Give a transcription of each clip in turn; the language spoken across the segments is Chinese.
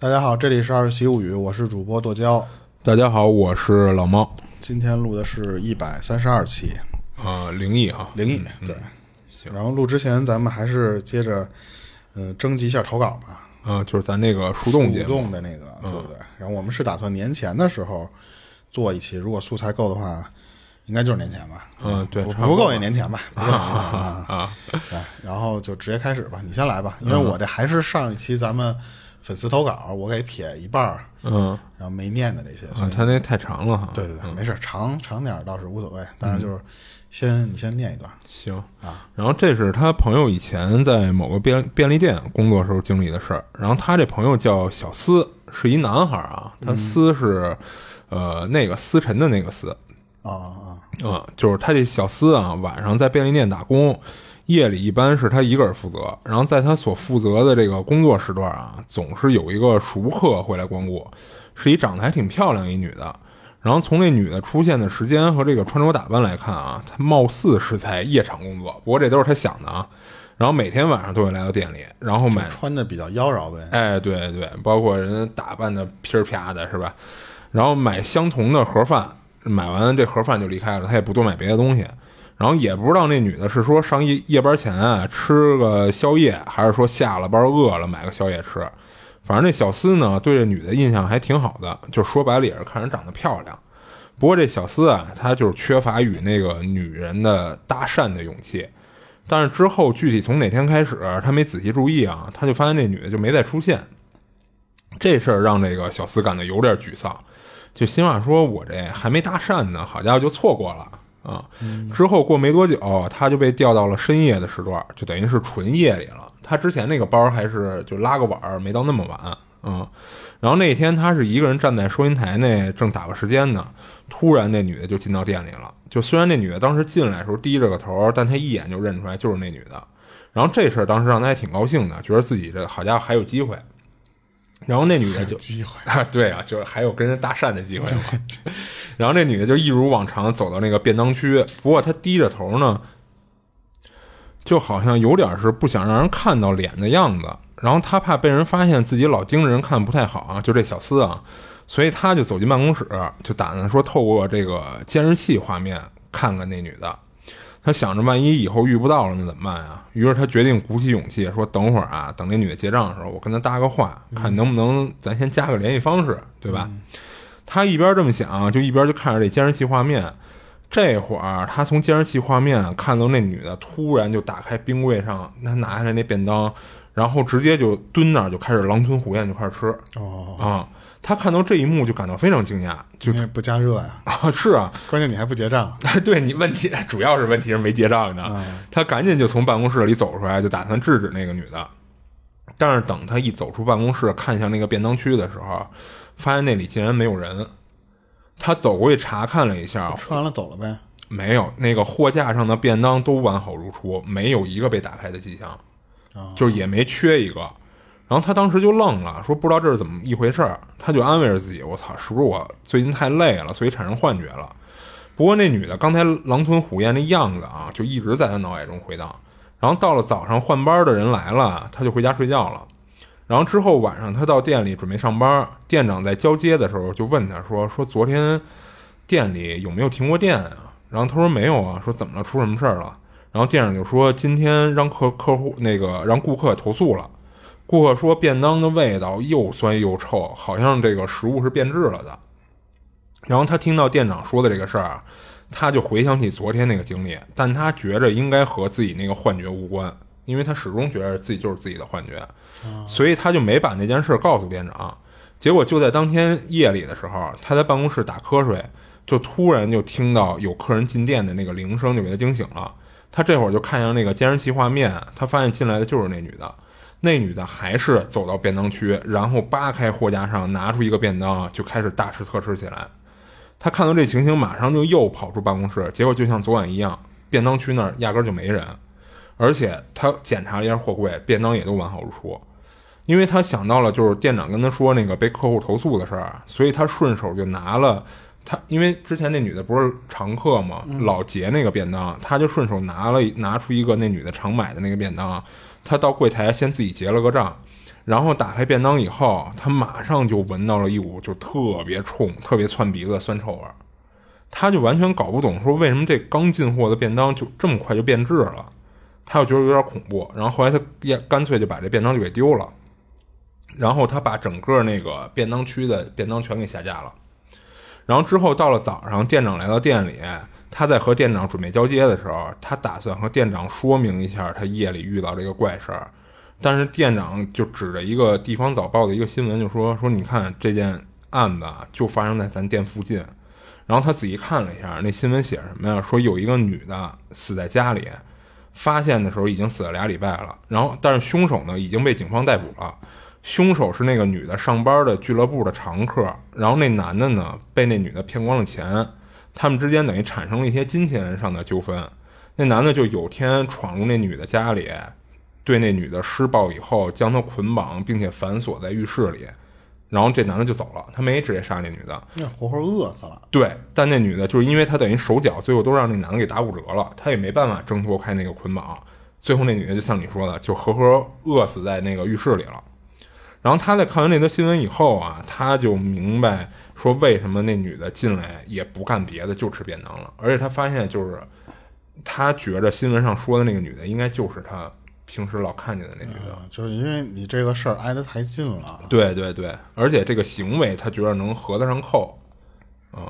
大家好，这里是《二十习物语》，我是主播剁椒。大家好，我是老猫，今天录的是一百三十二期啊，灵异哈，灵异，对。然后录之前，咱们还是接着，嗯、征集一下投稿吧。啊，就是咱那个树洞主节目，嗯动的那个，对不对？然后我们是打算年前的时候做一期，如果素材够的话，应该就是年前吧。嗯对不差不不多够也年 前吧。不够也年前吧啊，对，然后就直接开始吧，你先来吧，嗯因为我这还是上一期咱们粉丝投稿，我给撇一半儿，嗯然后没念的这些。所啊以，他那太长了哈，对，对对，没事，长长点儿倒是无所谓，但是就是先你先念一段。行啊。然后这是他朋友以前在某个便便利店工作时候经历的事儿。然后他这朋友叫小思，是一男孩啊，嗯他思是、呃那个思辰的那个思，啊啊嗯，就是他这小厮啊，晚上在便利店打工，夜里一般是他一个人负责。然后在他所负责的这个工作时段啊，总是有一个熟客会来光顾，是一长得还挺漂亮一女的。然后从那女的出现的时间和这个穿着打扮来看啊，她貌似是在夜场工作，不过这都是他想的啊。然后每天晚上都会来到店里，然后买啊，穿的比较妖娆呗。哎，对对，包括人家打扮的噼儿啪的，是吧？然后买相同的盒饭，买完这盒饭就离开了，他也不多买别的东西。然后也不知道那女的是说上夜夜班前啊吃个宵夜，还是说下了班饿了买个宵夜吃。反正这小厮呢，对这女的印象还挺好的，就说白了也是看人长得漂亮。不过这小厮啊，他就是缺乏与那个女人的搭讪的勇气。但是之后具体从哪天开始，他没仔细注意啊，他就发现这女的就没再出现。这事儿让这个小厮感到有点沮丧，就心话说：“我这还没搭讪呢，好家伙就错过了啊！”之后过没多久，他就被调到了深夜的时段，就等于是纯夜里了。他之前那个班儿还是就拉个晚儿，没到那么晚。嗯，然后那天他是一个人站在收银台那正打发时间呢，突然那女的就进到店里了。就虽然那女的当时进来的时候低着个头，但他一眼就认出来就是那女的。然后这事儿当时让他还挺高兴的，觉得自己这好家伙还有机会。然后那女的就机会 啊，对啊，就是还有跟人搭讪的机会嘛。 然后这女的就一如往常走到那个便当区，不过她低着头呢，就好像有点是不想让人看到脸的样子。然后她怕被人发现自己老盯着人看不太好啊，就这小厮啊，所以她就走进办公室，就打算说透过这个监视器画面看看那女的。她想着万一以后遇不到了，那怎么办啊？于是她决定鼓起勇气说：“等会儿啊，等那女的结账的时候，我跟她搭个话，看能不能咱先加个联系方式，对吧？”他一边这么想，就一边就看着这监视器画面。这会儿，啊他从监视器画面看到那女的突然就打开冰柜上，她拿下来那便当，然后直接就蹲那儿就开始狼吞虎咽就开始吃哦，啊、他看到这一幕就感到非常惊讶，就 因为不加热呀、啊是啊，关键你还不结账。 对你问题主要是问题是没结账呢，他赶紧就从办公室里走出来，就打算制止那个女的。但是等他一走出办公室，看向那个便当区的时候，发现那里竟然没有人。他走过去查看了一下，吃完了走了呗。没有，那个货架上的便当都完好如初，没有一个被打开的迹象，就是也没缺一个。然后他当时就愣了，说不知道这是怎么一回事儿，他就安慰着自己：“我操，是不是我最近太累了，所以产生幻觉了？”不过那女的刚才狼吞虎咽那样子啊，就一直在他脑海中回荡。然后到了早上换班的人来了，他就回家睡觉了。然后之后晚上他到店里准备上班，店长在交接的时候就问他说：“说昨天店里有没有停过电啊？”然后他说：“没有啊。”说怎么了？出什么事儿了？然后店长就说：“今天让客客户那个让顾客投诉了，顾客说便当的味道又酸又臭，好像这个食物是变质了的。”然后他听到店长说的这个事儿啊，他就回想起昨天那个经历，但他觉着应该和自己那个幻觉无关，因为他始终觉着自己就是自己的幻觉，所以他就没把那件事儿告诉店长。结果就在当天夜里的时候，他在办公室打瞌睡，就突然就听到有客人进店的那个铃声，就给他惊醒了。他这会儿就看向那个监视器画面，他发现进来的就是那女的。那女的还是走到便当区，然后扒开货架上拿出一个便当，就开始大吃特吃起来。他看到这情形，马上就又跑出办公室，结果就像昨晚一样，便当区那儿压根儿就没人，而且他检查了一下货柜，便当也都完好如初。因为他想到了就是店长跟他说那个被客户投诉的事儿，所以他顺手就拿了他，因为之前那女的不是常客嘛，老结那个便当，他就顺手拿了拿出一个那女的常买的那个便当，他到柜台先自己结了个账，然后打开便当以后，他马上就闻到了一股就特别冲、特别窜鼻子的酸臭味儿，他就完全搞不懂说为什么这刚进货的便当就这么快就变质了，他就觉得有点恐怖。然后后来他也干脆就把这便当就给丢了，然后他把整个那个便当区的便当全给下架了。然后之后到了早上，店长来到店里，他在和店长准备交接的时候，他打算和店长说明一下他夜里遇到这个怪事儿，但是店长就指着一个地方早报的一个新闻就说说你看这件案子啊就发生在咱店附近，然后他仔细看了一下那新闻写什么呀？说有一个女的死在家里，发现的时候已经死了俩礼拜了，然后但是凶手呢已经被警方逮捕了。凶手是那个女的上班的俱乐部的常客，然后那男的呢被那女的骗光了钱，他们之间等于产生了一些金钱上的纠纷。那男的就有天闯入那女的家里，对那女的施暴以后，将她捆绑并且反锁在浴室里，然后这男的就走了，他没直接杀那女的，那活活饿死了。对，但那女的就是因为她等于手脚最后都让那男的给打骨折了，她也没办法挣脱开那个捆绑，最后那女的就像你说的，就活活饿死在那个浴室里了。然后他在看完那则新闻以后啊，他就明白说为什么那女的进来也不干别的，就吃便当了。而且他发现就是，他觉着新闻上说的那个女的，应该就是他平时老看见的那女的。嗯，就是因为你这个事儿挨得太近了。啊对对对，而且这个行为他觉得能合得上扣。嗯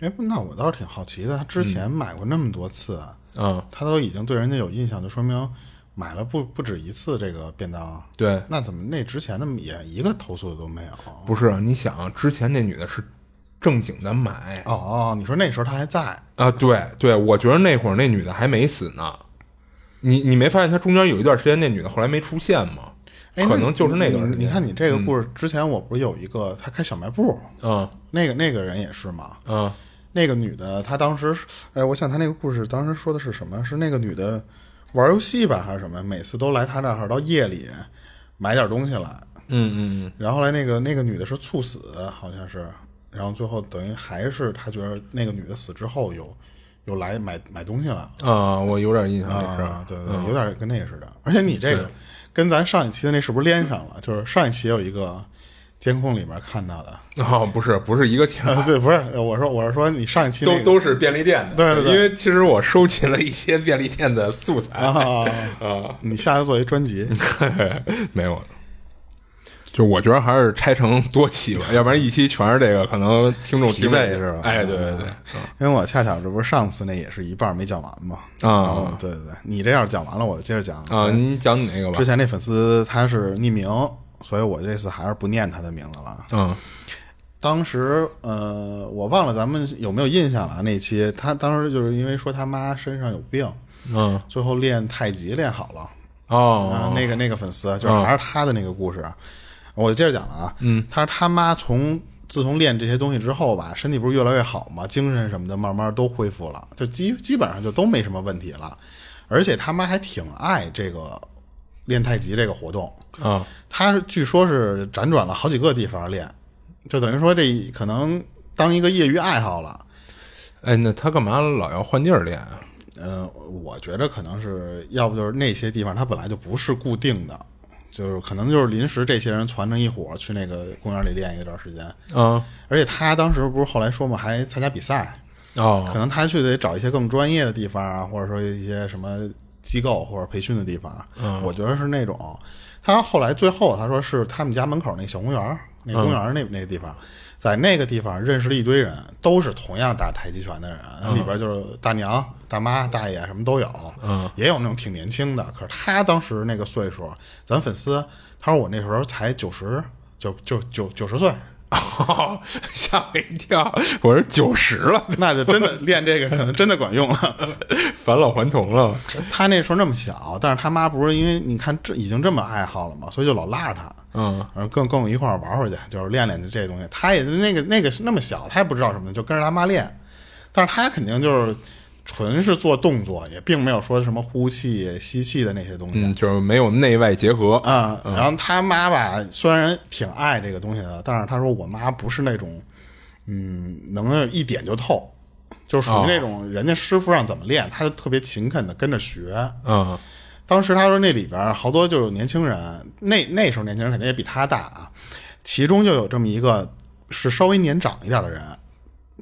哎，那我倒是挺好奇的，他之前买过那么多次，啊嗯，他都已经对人家有印象，就说明买了不不止一次这个便当。啊对，那怎么那之前的也一个投诉的都没有？哦不是你想之前那女的是正经的买哦哦，你说那时候他还在，啊，对对，我觉得那会儿那女的还没死呢。你你没发现她中间有一段时间那女的后来没出现吗？哎，可能就是那那段时你间。你看你这个故事、之前，我不是有一个他开小卖部，嗯那个那个人也是嘛。嗯那个女的，她当时是，哎，我想她那个故事当时说的是什么？是那个女的玩游戏吧，还是什么？每次都来她这儿到夜里买点东西来，嗯嗯然后后来那个那个女的是猝死，好像是，然后最后等于还是她觉得那个女的死之后有有来买买东西了嗯啊，我有点印象这事啊儿，。对对，对有点跟那个似的。而且你这个跟咱上一期的那是不是连上了？就是上一期有一个监控里面看到的，哦，不是不是一个天啊，对，不是，我说我是说你上一期那都个都是便利店的。对对对因为其实我收集了一些便利店的素 材啊，啊，你下次做一专 辑，没有。就我觉得还是拆成多期 吧，要不然一期全是这个，可能听众疲听着惫是吧哎，对对对，因为我恰巧这不是上次那也是一半没讲完嘛。啊然后对对对，你这要是讲完了，我就接着讲啊，。你讲你那个吧嗯之，前那粉丝他是匿名，所以我这次还是不念他的名字了。啊嗯当时呃，我忘了咱们有没有印象了那期，他当时就是因为说他妈身上有病，嗯最后练太极练好了。啊哦，，那个那个粉丝啊就是还是他的那个故事，啊，我接着讲了啊。嗯，他说他妈从自从练这些东西之后吧，身体不是越来越好嘛，精神什么的慢慢都恢复了，就基基本上就都没什么问题了。而且他妈还挺爱这个练太极这个活动，啊他是据说是辗转了好几个地方练，就等于说这可能当一个业余爱好了。哎，那他干嘛老要换地儿练啊？嗯，我觉得可能是要不就是那些地方它本来就不是固定的，就是可能就是临时这些人攒成一伙儿去那个公园里练一段时间。啊而且他当时不是后来说嘛，还参加比赛，可哦 能他去得找一些更专业的地方啊，或者说一些什么机构或者培训的地方。嗯，我觉得是那种。他后来最后他说是他们家门口那小公园儿，那公园儿那、那个地方，在那个地方认识了一堆人，都是同样打太极拳的人，那里边就是大娘、大妈、大爷什么都有，嗯，也有那种挺年轻的。可是他当时那个岁数，咱粉丝他说我那时候才九十，就就九九十岁，哦，吓我一跳！我是九十了， 那就真的练这个可能真的管用了。返老还童了。他那时候那么小，但是他妈不是因为你看这已经这么爱好了嘛，所以就老拉着他，嗯，然后跟跟我一块儿玩会儿去，就是练练这东西。他也那个那个那么小，他也不知道什么的，就跟着他妈练。但是他肯定就是纯是做动作，也并没有说什么呼气、吸气的那些东西。嗯，就是没有内外结合。啊、然后他妈吧，虽然挺爱这个东西的，但是他说我妈不是那种，嗯，能一点就透，哦就属于那种人家师傅让怎么练，他就特别勤恳的跟着学。嗯当时他说那里边好多就有年轻人，那那时候年轻人肯定也比他大啊，其中就有这么一个是稍微年长一点的人，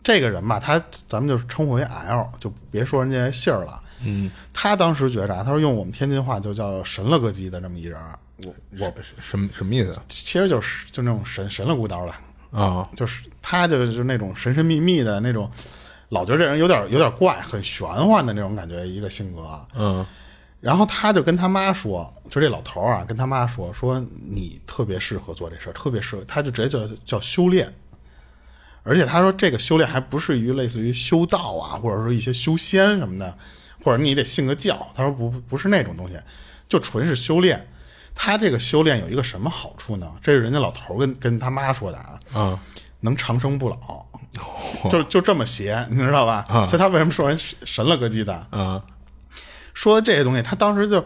这个人吧，他咱们就称呼为 L，就别说人家姓儿了。嗯，他当时觉着啊，他说用我们天津话就叫神了个叽的这么一人，我我什么什么意思啊其实就是就那种神神了咕叨的，啊？就是他就是那种神神秘秘的那种，老觉得这人有点有点怪，很玄幻的那种感觉一个性格啊。嗯然后他就跟他妈说，就这老头儿啊，跟他妈说，说你特别适合做这事儿，特别适合，他就直接叫叫修炼。而且他说这个修炼还不是于类似于修道啊，或者说一些修仙什么的，或者你得信个教。他说不不是那种东西，就纯是修炼。他这个修炼有一个什么好处呢？这是人家老头儿跟跟他妈说的啊，啊能长生不老，就就这么邪，你知道吧？所以他为什么说人神了个鸡的？啊说这些东西，他当时就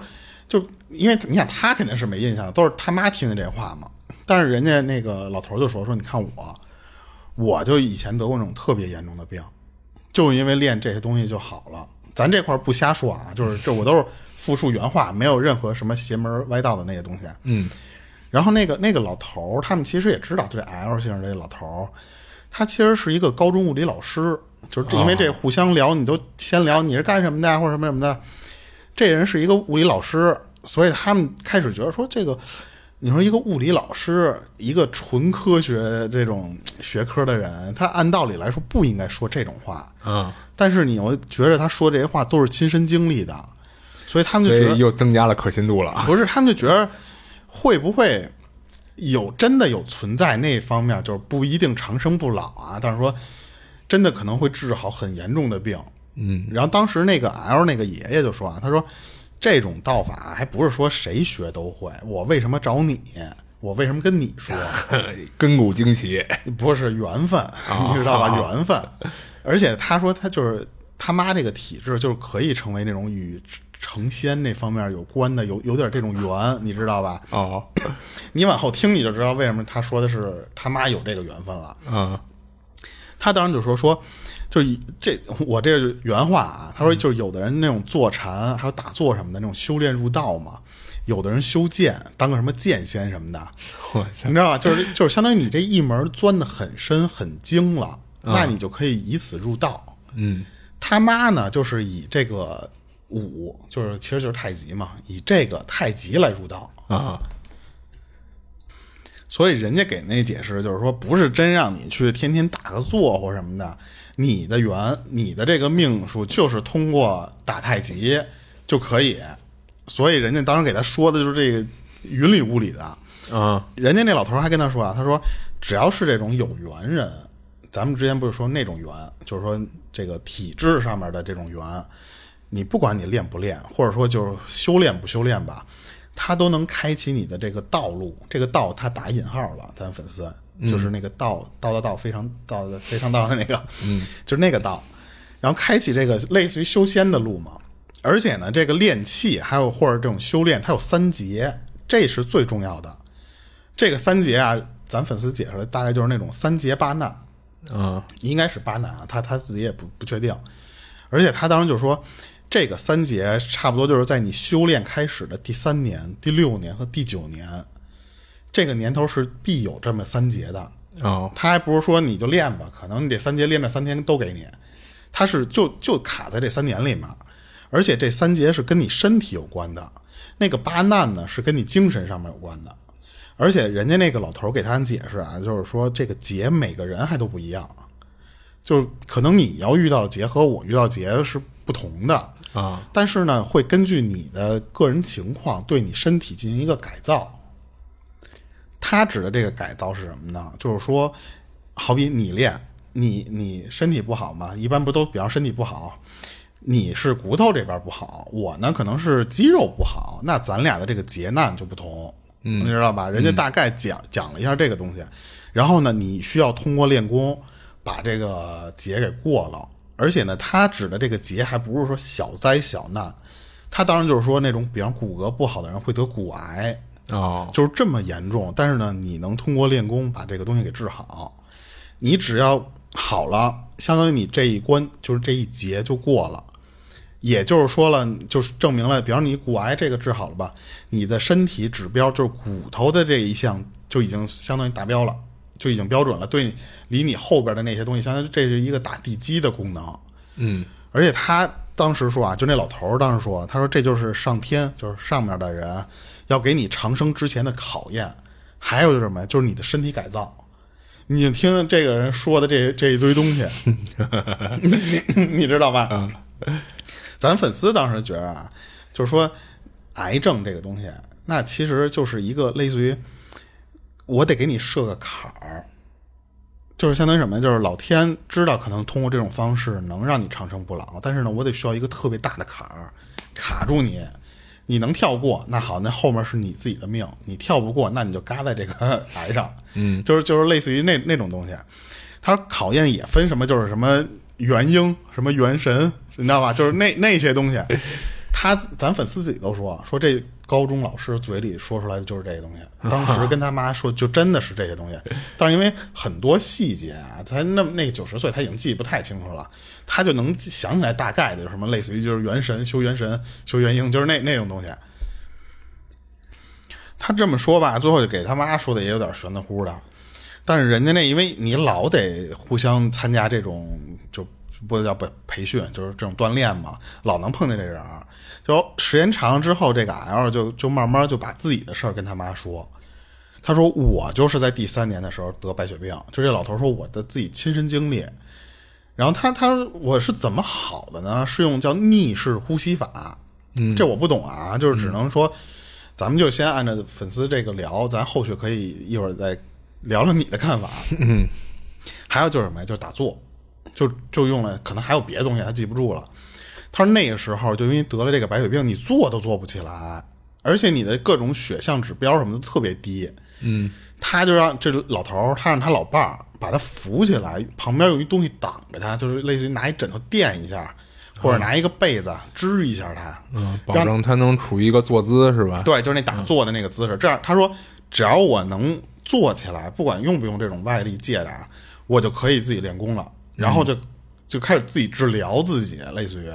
就因为你想他肯定是没印象的，都是他妈听的这话嘛。但是人家那个老头就说说，你看我，我就以前得过那种特别严重的病，就是因为练这些东西就好了。咱这块儿不瞎说啊，就是这我都是复述原话，没有任何什么邪门歪道的那些东西。嗯然后那个那个老头儿，他们其实也知道，就这 L 先生这老头儿，他其实是一个高中物理老师，就是这因为这互相聊，你都先聊你是干什么的啊或者什么什么的。这人是一个物理老师，所以他们开始觉得说这个，你说一个物理老师，一个纯科学这种学科的人，他按道理来说不应该说这种话，啊，但是你又觉得他说这些话都是亲身经历的，所以他们所就觉得以又增加了可信度了啊。 不是，他们就觉得会不会有真的有存在那方面，就是不一定长生不老啊，但是说真的可能会治好很严重的病。嗯，然后当时那个 L 那个爷爷就说啊，他说这种道法还不是说谁学都会，我为什么找你？我为什么跟你说？ 根骨惊奇。不是缘分，你知道吧？缘分。而且他说他就是他妈这个体质，就是可以成为那种与成仙那方面有关的，有有点这种缘，你知道吧？哦，你往后听你就知道为什么他说的是他妈有这个缘分了。啊他当时就说说，就以这我这是原话啊，他说就是有的人那种坐禅，还有打坐什么的那种修炼入道嘛，有的人修剑当个什么剑仙什么的，我你知道吧？就是就是相当于你这一门钻得很深很精了，那你就可以以此入道。嗯他妈呢，就是以这个武，就是其实就是太极嘛，以这个太极来入道。啊所以人家给那解释就是说，不是真让你去天天打个坐或什么的，你的缘，你的这个命数就是通过打太极就可以。所以人家当时给他说的就是这个云里雾里的。啊人家那老头还跟他说啊，他说只要是这种有缘人，咱们之前不是说那种缘，就是说这个体制上面的这种缘，你不管你练不练，或者说就是修炼不修炼吧，它都能开启你的这个道路。这个道他打引号了，咱粉丝就是那个道，道道道非常道的非常道的那个，嗯，就是那个道，然后开启这个类似于修仙的路嘛。而且呢，这个练气还有或者这种修炼，它有三节，这是最重要的。这个三节啊，咱粉丝解释的大概就是那种三节八难，啊应该是八难啊，他他自己也不不确定。而且他当时就说，这个三节差不多就是在你修炼开始的第三年、第六年和第九年，这个年头是必有这么三节的。哦他还不是说你就练吧，可能你这三节练这三天都给你，他是就就卡在这三年里面，而且这三节是跟你身体有关的，那个八难呢是跟你精神上面有关的，而且人家那个老头给他解释啊，就是说这个节每个人还都不一样，就是可能你要遇到节和我遇到节是不同的，啊但是呢会根据你的个人情况对你身体进行一个改造。他指的这个改造是什么呢？就是说，好比你练，你你身体不好嘛，一般不都比方身体不好，你是骨头这边不好，我呢可能是肌肉不好，那咱俩的这个劫难就不同，你知道吧？人家大概讲、讲了一下这个东西，然后呢，你需要通过练功把这个劫给过了，而且呢，他指的这个劫还不是说小灾小难。他当然就是说，那种比方骨骼不好的人会得骨癌，哦就是这么严重。但是呢，你能通过练功把这个东西给治好，你只要好了，相当于你这一关就是这一劫就过了。也就是说了，就是证明了，比方你骨癌这个治好了吧，你的身体指标就是骨头的这一项就已经相当于达标了，就已经标准了，对你离你后边的那些东西，相当于这是一个打地基的功能。嗯，而且他当时说啊，就那老头儿当时说，他说这就是上天，就是上面的人要给你长生之前的考验。还有就是什么呀，就是你的身体改造。你听这个人说的这这一堆东西，你你 你知道吧？咱粉丝当时觉得啊，就是说癌症这个东西，那其实就是一个类似于我得给你设个坎儿，就是相当于什么呀？就是老天知道可能通过这种方式能让你长生不老，但是呢，我得需要一个特别大的坎儿卡住你。你能跳过，那好，那后面是你自己的命。你跳不过，那你就嘎在这个 台上。嗯，就是就是类似于那那种东西。他说考验也分什么，就是什么元婴，什么元神，你知道吧？就是那那些东西。他咱粉丝自己都说说这高中老师嘴里说出来的就是这些东西，当时跟他妈说就真的是这些东西，但是因为很多细节啊，他那那九十岁他已经记不太清楚了，他就能想起来大概的什么，类似于就是元神修元神修元婴，就是那那种东西。他这么说吧，最后就给他妈说的也有点玄乎乎的，但是人家那因为你老得互相参加这种就。不叫培培训，就是这种锻炼嘛，老能碰见这人儿。就时间长了之后，这个 L 就就慢慢就把自己的事儿跟他妈说。他说我就是在第三年的时候得白血病，就这老头说我的自己亲身经历。然后他他说我是怎么好的呢？是用叫逆式呼吸法，嗯，这我不懂啊，就是只能说，咱们就先按照粉丝这个聊，咱后续可以一会儿再聊聊你的看法。啊嗯，还有就是什么呀？就是打坐。就就用了，可能还有别的东西，他记不住了。他说那个时候就因为得了这个白血病，你坐都坐不起来，而且你的各种血项指标什么的特别低。嗯，他就让这老头儿，他让他老伴儿把他扶起来，旁边有一东西挡着他，就是类似于拿一枕头垫一下，或者拿一个被子支一下他，嗯，保证他能处于一个坐姿是吧？对，就是那打坐的那个姿势。这样他说，只要我能坐起来，不管用不用这种外力借着啊，我就可以自己练功了。然后就就开始自己治疗自己，类似于。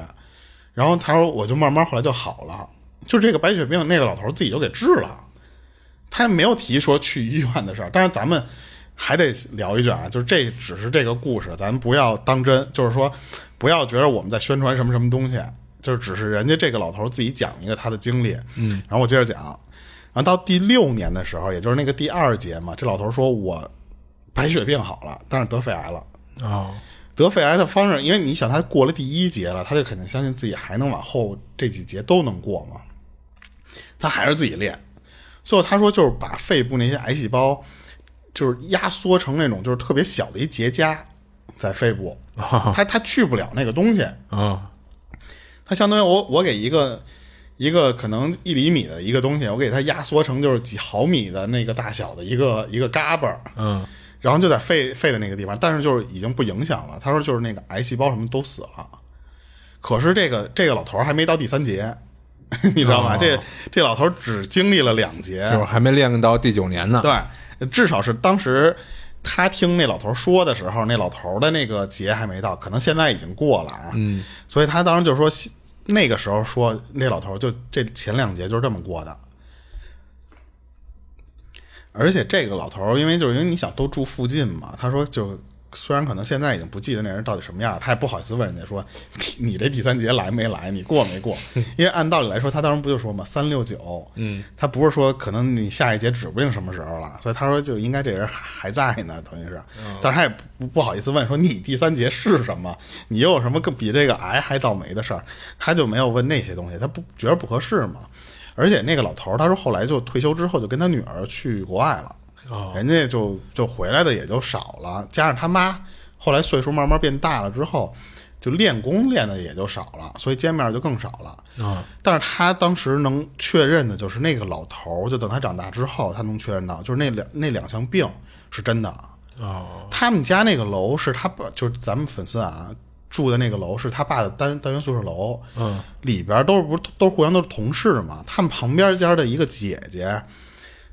然后他说，我就慢慢后来就好了。就这个白血病，那个老头自己就给治了，他也没有提说去医院的事儿。但是咱们还得聊一句啊，就是这只是这个故事，咱不要当真，就是说不要觉得我们在宣传什么什么东西，啊就是只是人家这个老头自己讲一个他的经历。嗯，然后我接着讲，然后到第六年的时候，也就是那个第二节嘛，这老头说我白血病好了，但是得肺癌了。哦，得肺癌的方式，因为你想他过了第一节了，他就肯定相信自己还能往后这几节都能过嘛。他还是自己练，最后他说就是把肺部那些癌细胞就是压缩成那种就是特别小的一结痂，在肺部，哦他他去不了那个东西，啊，它相当于我我给一个一个可能一厘米的一个东西，我给它压缩成就是几毫米的那个大小的一个一个嘎巴儿，嗯，然后就在肺肺的那个地方，但是就是已经不影响了。他说就是那个癌细胞什么都死了，可是这个这个老头儿还没到第三节， 你知道吗？哦这这老头儿只经历了两节，就是还没练到第九年呢。对，至少是当时他听那老头说的时候，那老头的那个节还没到，可能现在已经过了啊。嗯，所以他当时就说，那个时候说那老头就这前两节就是这么过的。而且这个老头儿，因为就是因为你想都住附近嘛，他说就虽然可能现在已经不记得那人到底什么样了，他也不好意思问人家说你你这第三节来没来，你过没过？因为按道理来说，他当时不就说嘛，三六九，嗯，他不是说可能你下一节指不定什么时候了，所以他说就应该这人还在呢，等于是，但是他也不不好意思问说你第三节是什么，你又有什么更比这个癌还倒霉的事儿，他就没有问那些东西，他不觉得不合适嘛。而且那个老头儿，他说后来就退休之后就跟他女儿去国外了，人家就就回来的也就少了，加上他妈后来岁数慢慢变大了之后，就练功练的也就少了，所以见面就更少了。啊，但是他当时能确认的就是那个老头儿，就等他长大之后，他能确认到就是那两那两项病是真的。哦，他们家那个楼是他爸，就是咱们粉丝啊住的那个楼是他爸的单单元宿舍楼，嗯，里边都是不是都是互相都是同事嘛，他们旁边家的一个姐姐，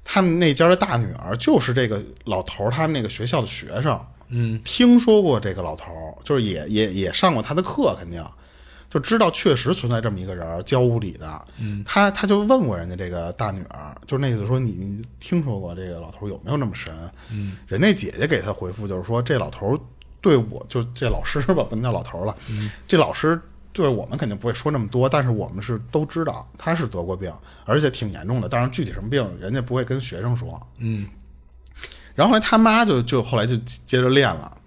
他们那家的大女儿就是这个老头儿他们那个学校的学生，嗯，听说过这个老头儿，就是也也也上过他的课，肯定。就知道确实存在这么一个人儿教物理的，他他就问过人家这个大女儿，就是那意思说你你听说过这个老头儿有没有那么神？嗯，人那姐姐给他回复就是说这老头儿对我就这老师吧，不能叫老头儿了，这老师对我们肯定不会说那么多，但是我们是都知道他是得过病，而且挺严重的，当然具体什么病人家不会跟学生说，然后后来他妈就就后来就接着练了。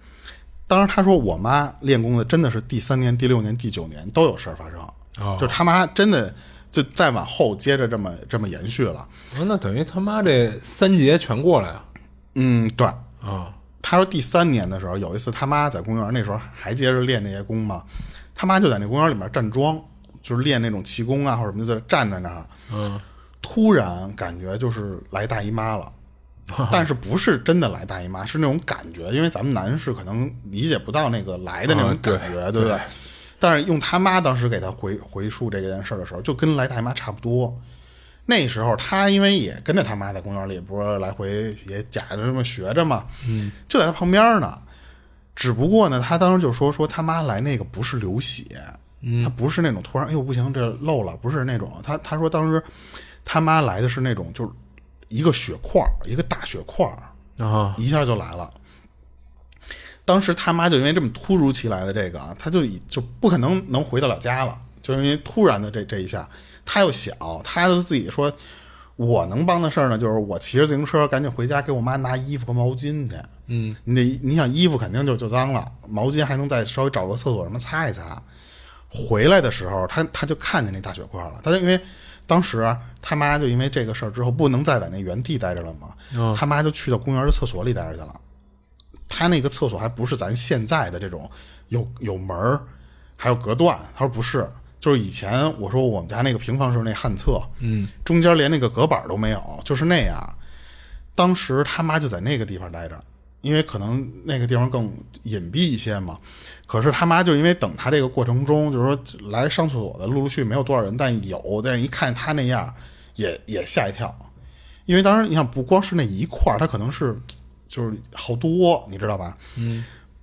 当时他说，我妈练功的真的是第三年、第六年、第九年都有事儿发生，哦就是他妈真的就再往后接着这么这么延续了。啊那等于他妈这三节全过来啊！嗯，对。啊，他说第三年的时候，有一次他妈在公园，那时候还接着练那些功嘛，他妈就在那公园里面站桩，就是练那种气功啊或者什么，就在站在那儿。嗯，突然感觉就是来大姨妈 了，但是不是真的来大姨妈，是那种感觉，因为咱们男士可能理解不到那个来的那种啊感对觉，对不对？但是用他妈当时给他回回述这件事儿的时候，就跟来大姨妈差不多。那时候他因为也跟着他妈在公园里，不是来回也假着这么学着嘛，嗯，就在他旁边呢。只不过呢，他当时就说说他妈来那个不是流血，嗯他不是那种突然哎呦不行这漏了，不是那种。他他说当时他妈来的是那种就是一个血块儿，一个大血块儿，啊，一下就来了。当时他妈就因为这么突如其来的这个啊，他就已就不可能能回得了家了，就是因为突然的这这一下，他又小，他就自己说，我能帮的事儿呢，就是我骑着自行车赶紧回家给我妈拿衣服和毛巾去。嗯，你得你想衣服肯定就就脏了，毛巾还能再稍微找个厕所什么擦一擦。回来的时候，他他就看见那大血块了。他就因为当时啊他妈就因为这个事儿之后不能再在那原地待着了嘛，他妈就去到公园的厕所里待着去了。他那个厕所还不是咱现在的这种有有门儿，还有隔断。他说不是，就是以前我说我们家那个平房时候那旱厕，嗯，中间连那个隔板都没有，就是那样。当时他妈就在那个地方待着，因为可能那个地方更隐蔽一些嘛。可是他妈就因为等他这个过程中，就是说来上厕所的陆陆续续没有多少人，但有，但是一看他那样，也也吓一跳，因为当时你想不光是那一块儿，他可能是就是好多，你知道吧？嗯，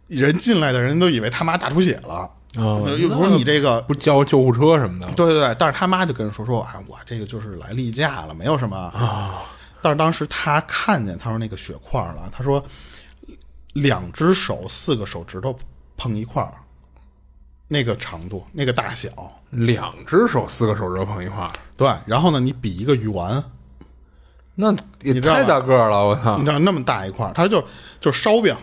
人进来的人都以为他妈大出血了，哦又不是你这个不叫救护车什么的对对对，但是他妈就跟人说说啊，我这个就是来例假了，没有什么啊。但是当时他看见他说那个血块了，他说两只手四个手指头碰一块儿，那个长度，那个大小，两只手四个手指头碰一块儿，对。然后呢，你比一个圆，那也你知道吧太大个儿了，我操你！知道那么大一块儿，他就就是烧饼，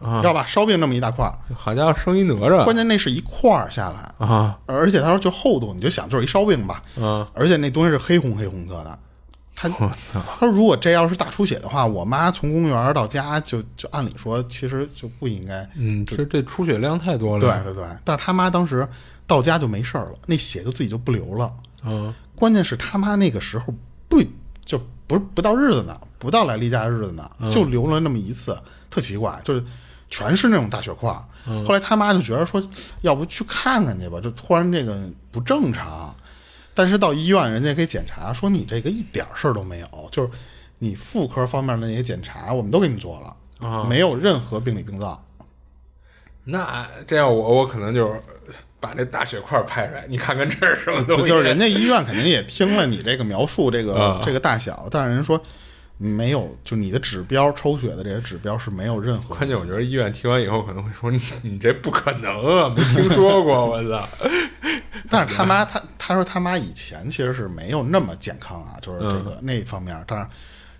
你知道吧？烧饼那么一大块儿，好家伙，生一哪吒关键那是一块儿下来，啊！而且他说就厚度，你就想就是一烧饼吧，嗯，而且那东西是黑红黑红色的。他我操！他说如果这要是大出血的话，我妈从公园到家就就按理说其实就不应该。嗯，这这出血量太多了。对，对对，但是他妈当时到家就没事儿了，那血就自己就不流了。嗯，关键是他妈那个时候不就不不到日子呢，不到来例假的日子呢，就流了那么一次，特奇怪，就是全是那种大血块儿。后来他妈就觉得说，要不去看看去吧，就突然这个不正常。但是到医院，人家给检查说你这个一点儿事儿都没有，就是你妇科方面的那些检查我们都给你做了，没有任何病理病灶。那这样我我可能就是把这大血块拍出来，你看看这是什 么东西？就是人家医院肯定也听了你这个描述，这个啊这个大小，但是人说没有，就你的指标抽血的这些指标是没有任何关键我觉得医院听完以后可能会说你你这不可能啊，没听说过，我操！但是他妈他他说他妈以前其实是没有那么健康啊，就是这个、嗯那方面，但是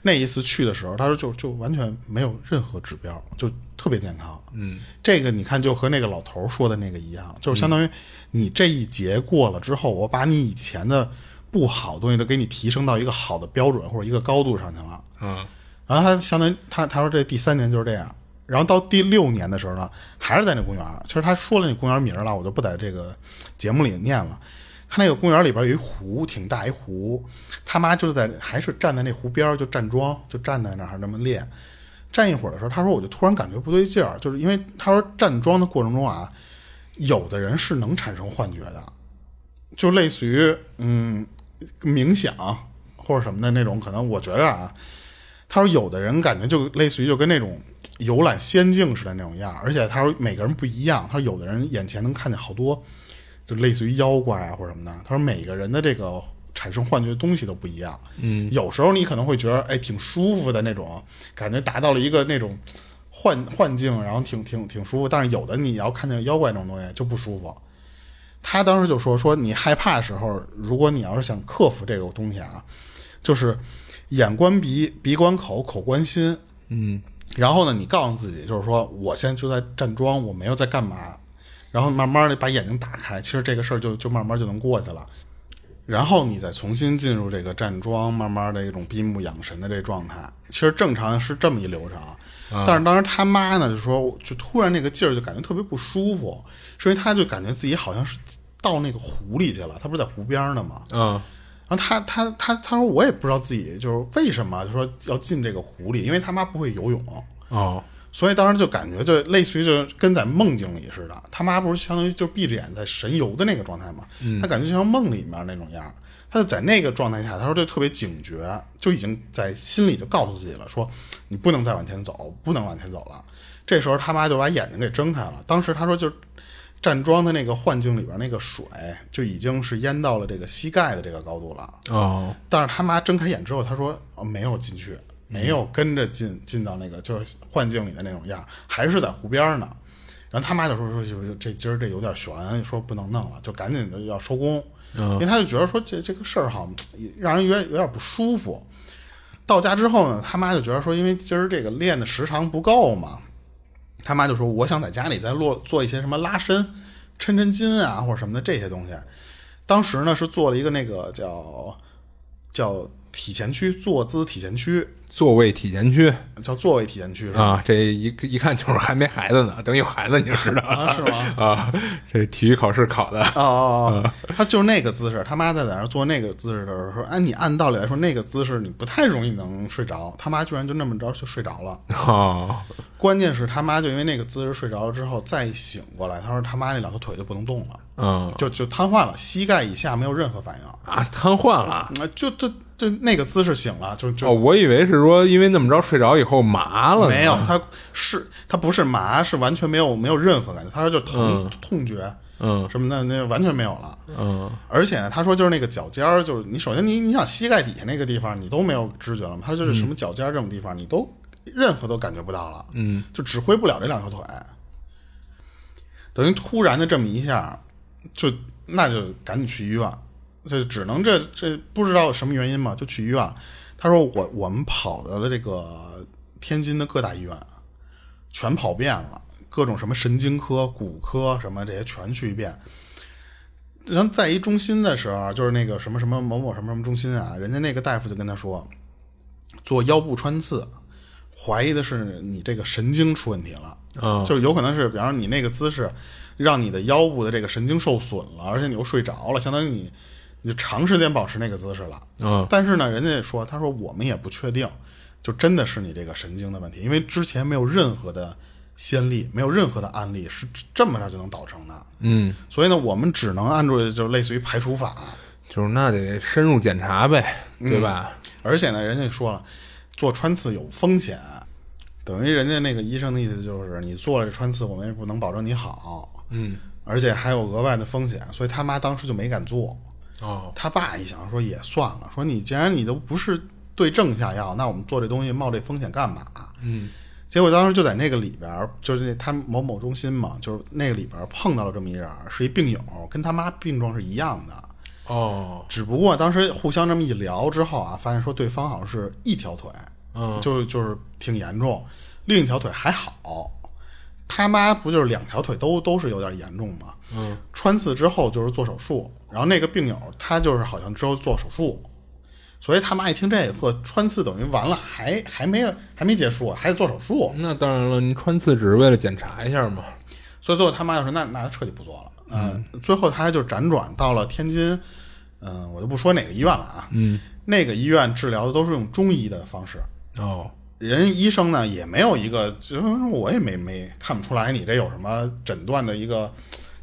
那一次去的时候，他说就就完全没有任何指标，就特别健康。嗯，这个你看就和那个老头儿说的那个一样，就是嗯相当于你这一节过了之后，我把你以前的不好的东西都给你提升到一个好的标准或者一个高度上去了。 嗯，然后他相当于他他说这第三年就是这样，然后到第六年的时候呢，还是在那公园儿。其实他说了那公园名儿了，我就不在这个节目里念了。他那个公园里边有一湖，挺大一湖，他妈就在还是站在那湖边儿就站桩，就站在那儿还那么练。站一会儿的时候，他说我就突然感觉不对劲儿，就是因为他说站桩的过程中啊，有的人是能产生幻觉的，就类似于嗯冥想或者什么的那种，可能我觉着啊，他说有的人感觉就类似于就跟那种游览仙境似的那种样儿，而且他说每个人不一样，他说有的人眼前能看见好多就类似于妖怪啊或者什么的。他说每个人的这个产生幻觉的东西都不一样，嗯，有时候你可能会觉得哎挺舒服的那种感觉，达到了一个那种幻幻境，然后挺挺挺舒服。但是有的你要看见妖怪这种东西就不舒服。他当时就说说你害怕的时候，如果你要是想克服这个东西啊，就是眼观鼻，鼻观口，口观心，嗯，然后呢，你告诉自己，就是说我现在就在站桩，我没有在干嘛。然后慢慢的把眼睛打开，其实这个事儿就就慢慢就能过去了。然后你再重新进入这个站桩，慢慢的一种闭目养神的这状态，其实正常是这么一流程。但是当时他妈呢就说，就突然那个劲儿就感觉特别不舒服，所以他就感觉自己好像是到那个湖里去了。他不是在湖边儿呢吗？嗯然后他他他他说我也不知道自己就是为什么，就说要进这个湖里，因为他妈不会游泳。哦，所以当时就感觉就类似于就跟在梦境里似的，他妈不是相当于就闭着眼在神游的那个状态嘛，他感觉就像梦里面那种样儿，他就在那个状态下，他说就特别警觉，就已经在心里就告诉自己了，说你不能再往前走，不能往前走了。这时候他妈就把眼睛给睁开了，当时他说就站桩的那个幻境里边那个水就已经是淹到了这个膝盖的这个高度了，哦，但是他妈睁开眼之后，他说、哦、没有进去，没有跟着进进到那个就是幻境里的那种样，还是在湖边儿呢。然后他妈就说说就这今儿这有点悬，说不能弄了，就赶紧的要收工，因为他就觉得说这这个事儿哈，也让人有点有点不舒服。到家之后呢，他妈就觉得说，因为今儿这个练的时长不够嘛，他妈就说我想在家里再落做一些什么拉伸、抻抻筋啊或者什么的这些东西。当时呢是做了一个那个叫叫体前区坐姿体前区，座位体前区叫座位体前区是吧？啊，这一一看就是还没孩子呢，等有孩子你就知道了啊是吗？ 啊，这体育考试考的，哦哦哦，他就是那个姿势，他妈在在那儿做那个姿势的时候说：“哎，你按道理来说那个姿势你不太容易能睡着。”他妈居然就那么着就睡着了。哦，关键是他妈就因为那个姿势睡着了之后再醒过来，他说他妈那两条腿就不能动了，嗯就就瘫痪了，膝盖以下没有任何反应。啊，瘫痪了。啊，就就就那个姿势醒了，就就哦，我以为是说因为那么着睡着以后麻了呢，没有，他是他不是麻，是完全没有没有任何感觉，他说就疼、痛觉，嗯什么的那完全没有了。嗯而且呢，他说就是那个脚尖儿，就是你首先你你想膝盖底下那个地方你都没有知觉了嘛，他就是什么脚尖儿这种地方你都任何都感觉不到了，嗯，就指挥不了这两条腿，等于突然的这么一下，就那就赶紧去医院，就只能这这不知道什么原因嘛，就去医院。他说我我们跑到了这个天津的各大医院，全跑遍了，各种什么神经科、骨科什么这些全去一遍。然后在一中心的时候，啊就是那个什么什么某某什么什么中心啊，人家那个大夫就跟他说，做腰部穿刺，怀疑的是你这个神经出问题了。嗯就是有可能是，比方说你那个姿势，让你的腰部的这个神经受损了，而且你又睡着了，相当于你你就长时间保持那个姿势了。嗯但是呢，人家也说，他说我们也不确定，就真的是你这个神经的问题，因为之前没有任何的先例，没有任何的案例是这么着就能导成的，嗯，所以呢，我们只能按照就类似于排除法，就是那得深入检查呗，嗯对吧？而且呢，人家也说了，做穿刺有风险，等于人家那个医生的意思就是，你做了这穿刺，我们也不能保证你好，嗯，而且还有额外的风险，所以他妈当时就没敢做。哦，他爸一想说也算了，说你既然你都不是对症下药，那我们做这东西冒这风险干嘛？嗯，结果当时就在那个里边儿，就是那他某某中心嘛，就是那个里边儿碰到了这么一人儿，是一病友，跟他妈病状是一样的，哦，只不过当时互相这么一聊之后啊，发现说对方好像是一条腿，嗯就就是挺严重，另一条腿还好。他妈不就是两条腿都都是有点严重嘛？嗯，穿刺之后就是做手术，然后那个病友他就是好像之后做手术，所以他妈一听这个呵穿刺等于完了，还还没还没结束，还得做手术，那当然了，你穿刺只是为了检查一下嘛。所以最后他妈就说那那彻底不做了。嗯，最后他就辗转到了天津，嗯、我就不说哪个医院了啊。嗯，那个医院治疗的都是用中医的方式，哦，人医生呢也没有一个，就是我也没没看不出来你这有什么诊断的一个，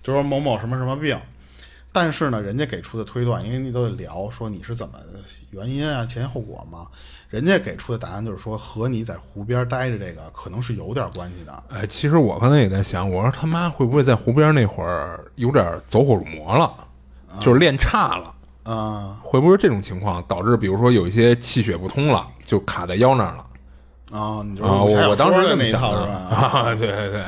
就是说某某什么什么病。但是呢，人家给出的推断，因为你都得聊说你是怎么原因啊、前因后果嘛，人家给出的答案就是说和你在湖边待着这个可能是有点关系的。哎，其实我刚才也在想，我说他妈会不会在湖边那会儿有点走火入魔了，就是练差了，啊会不会是这种情况导致，比如说有一些气血不通了，就卡在腰那儿了啊，你就是啊？武侠我小我当时说这么那一想套是的吧？啊， 对对对，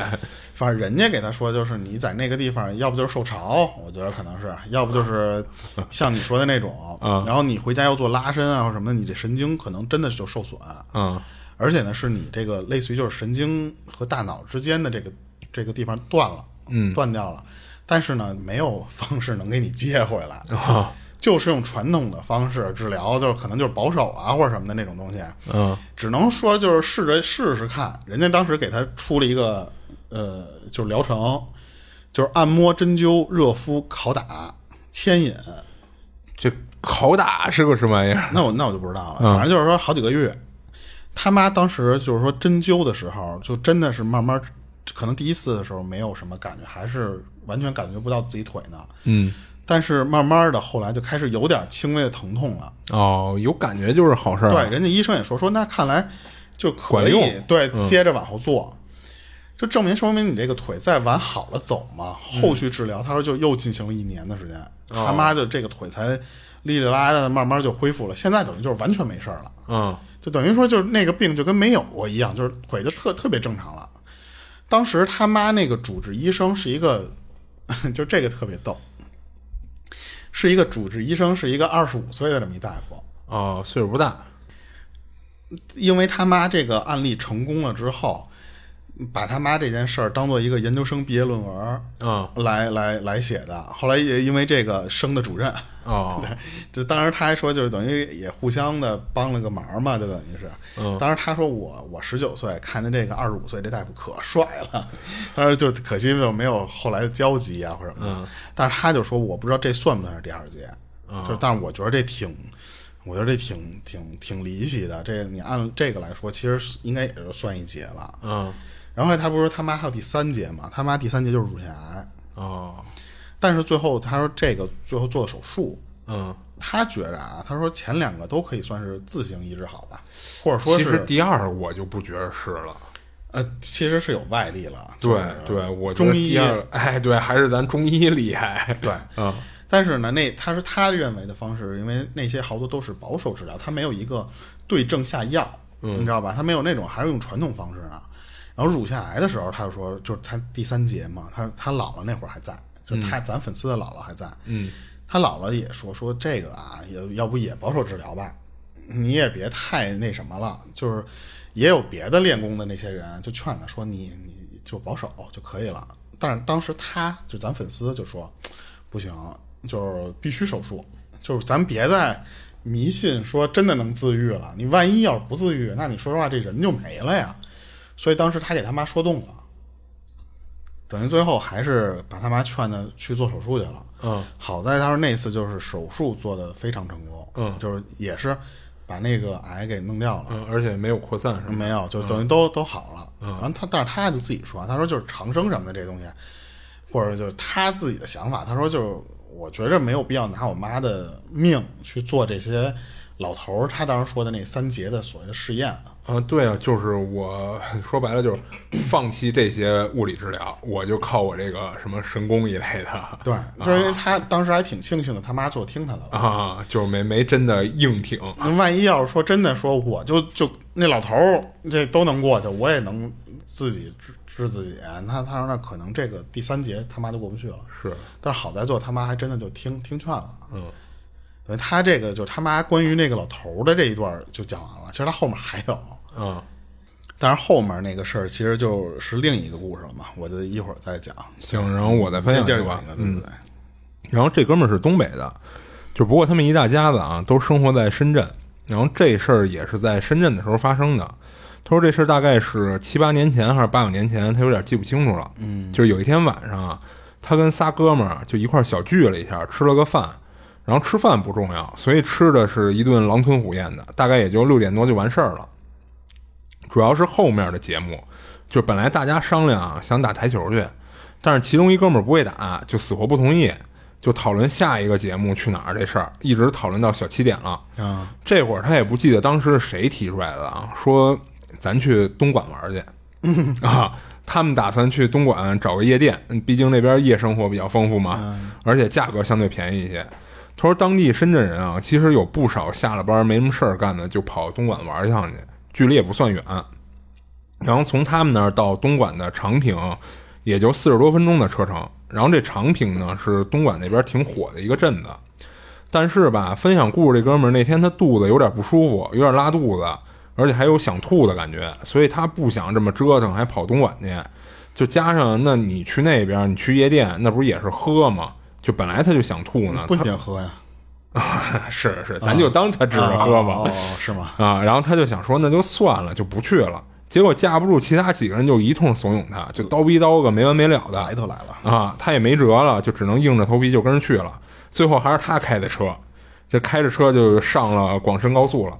反正人家给他说就是你在那个地方，要不就是受潮，我觉得可能是，要不就是像你说的那 种，啊然后你回家要做拉伸啊或什么的，你这神经可能真的就受损，嗯 而且呢是你这个类似于就是神经和大脑之间的这个这个地方断了，嗯，断掉了，但是呢没有方式能给你接回来，啊就是用传统的方式治疗，就是可能就是保守啊或者什么的那种东西，嗯只能说就是试着试试看。人家当时给他出了一个呃，就是疗程，就是按摩、针灸、热敷、拷打、牵引。这拷打是个什么玩意儿？那我那我就不知道了，嗯反正就是说好几个月。他妈当时就是说针灸的时候，就真的是慢慢，可能第一次的时候没有什么感觉，还是完全感觉不到自己腿呢。嗯，但是慢慢的，后来就开始有点轻微的疼痛了。哦，有感觉就是好事儿。对，人家医生也说说，那看来就可管用嗯以对，接着往后做，就证明说明你这个腿再往好了走嘛。嗯后续治疗，他说就又进行了一年的时间，哦他妈就这个腿才哩哩啦啦的慢慢就恢复了，现在等于就是完全没事儿了，嗯就等于说就是那个病就跟没有过一样，就是腿就特特别正常了。当时他妈那个主治医生是一个， 就这个特别逗，是一个主治医生，是一个二十五岁的这么一大夫，哦，岁数不大。因为他妈这个案例成功了之后，把他妈这件事儿当做一个研究生毕业论文儿嗯来来来写的。后来也因为这个升的主任，哦， 就当时他还说就是等于也互相的帮了个忙嘛，就等于是。当时他说我我十九岁看见这个二十五岁这大夫可帅了，当时就可惜就没有后来的交集啊或者什么的。但是他就说我不知道这算不算是第二届，就是但是我觉得这挺。我觉得这挺挺挺离奇的，这你按这个来说，其实是应该也就算一节了。嗯然后后来他不是说他妈还有第三节嘛？他妈第三节就是乳腺癌，哦，但是最后他说这个最后做的手术，嗯，他觉着啊，他说前两个都可以算是自行医治好吧，或者说其实是第二我就不觉得是了。呃，其实是有外力了。对就是对，我觉得中医第二，哎，对，还是咱中医厉害。对， 嗯但是呢，那他是他认为的方式，因为那些好多都是保守治疗，他没有一个对症下药，嗯你知道吧？他没有那种还是用传统方式呢。然后乳腺癌的时候，他就说，就是他第三节嘛，他他姥姥那会儿还在，嗯就是他、咱粉丝的姥姥还在，嗯，他姥姥也说说这个啊，也要不也保守治疗吧，你也别太那什么了，就是也有别的练功的那些人就劝他说你你就保守就可以了，但是当时他就咱粉丝就说不行，就是必须手术，就是咱别再迷信说真的能自愈了，你万一要是不自愈，那你说实话这人就没了呀，所以当时他给他妈说动了。等于最后还是把他妈劝他去做手术去了。嗯，好在他说那次就是手术做的非常成功，嗯，就是也是把那个癌给弄掉了，嗯，而且没有扩散是吧？没有，就等于都、都好了。然后他，但是他就自己说，他说就是长生什么的这东西，或者就是他自己的想法，他说就是我觉着没有必要拿我妈的命去做这些老头儿他当时说的那三节的所谓的试验。啊，对啊，就是我说白了就是放弃这些物理治疗，我就靠我这个什么神功一类的。对，就是因为他当时还挺庆幸的，他妈最后听他的了。啊，就是没没真的硬挺。那万一要是说真的说，我就就那老头儿这都能过去，我也能自己治治自己。那他说那可能这个第三节他妈就过不去了。是，但是好在最后他妈还真的就听听劝了。嗯，等于他这个就是他妈关于那个老头儿的这一段就讲完了，其实他后面还有。嗯，但是后面那个事儿其实就是另一个故事了嘛，我就一会儿再讲。行，然后我再分再享接着一个讲一个，对不对？然后这哥们儿是东北的，就不过他们一大家子啊，都生活在深圳。然后这事儿也是在深圳的时候发生的。他说这事儿大概是七八年前还是八九年前，他有点记不清楚了。嗯，就是有一天晚上啊，他跟仨哥们儿啊就一块儿小聚了一下，吃了个饭。然后吃饭不重要，所以吃的是一顿狼吞虎咽的，大概也就六点多就完事儿了。主要是后面的节目，就本来大家商量啊想打台球去，但是其中一哥们儿不会打，就死活不同意，就讨论下一个节目去哪儿这事儿，一直讨论到小七点了。啊，这会儿他也不记得当时是谁提出来的啊，说咱去东莞玩去、 啊。他们打算去东莞找个夜店，嗯毕竟那边夜生活比较丰富嘛，而且价格相对便宜一些。他说当地深圳人啊，其实有不少下了班没什么事儿干的，就跑东莞玩一趟去，距离也不算远。然后从他们那儿到东莞的长平，也就四十多分钟的车程。然后这长平呢是东莞那边挺火的一个镇子，但是吧，分享故事这哥们儿那天他肚子有点不舒服，有点拉肚子，而且还有想吐的感觉，所以他不想这么折腾，还跑东莞去。就加上那你去那边，你去夜店，那不是也是喝吗？就本来他就想吐呢，不想喝呀，他 是是，咱就当他只是喝吧。啊哦，哦是吗？啊，然后他就想说那就算了，就不去了。结果架不住其他几个人就一通怂恿他，就叨逼叨个没完没了的来都来了，啊，他也没辙了，就只能硬着头皮就跟人去了。最后还是他开的车，这开着车就上了广深高速了。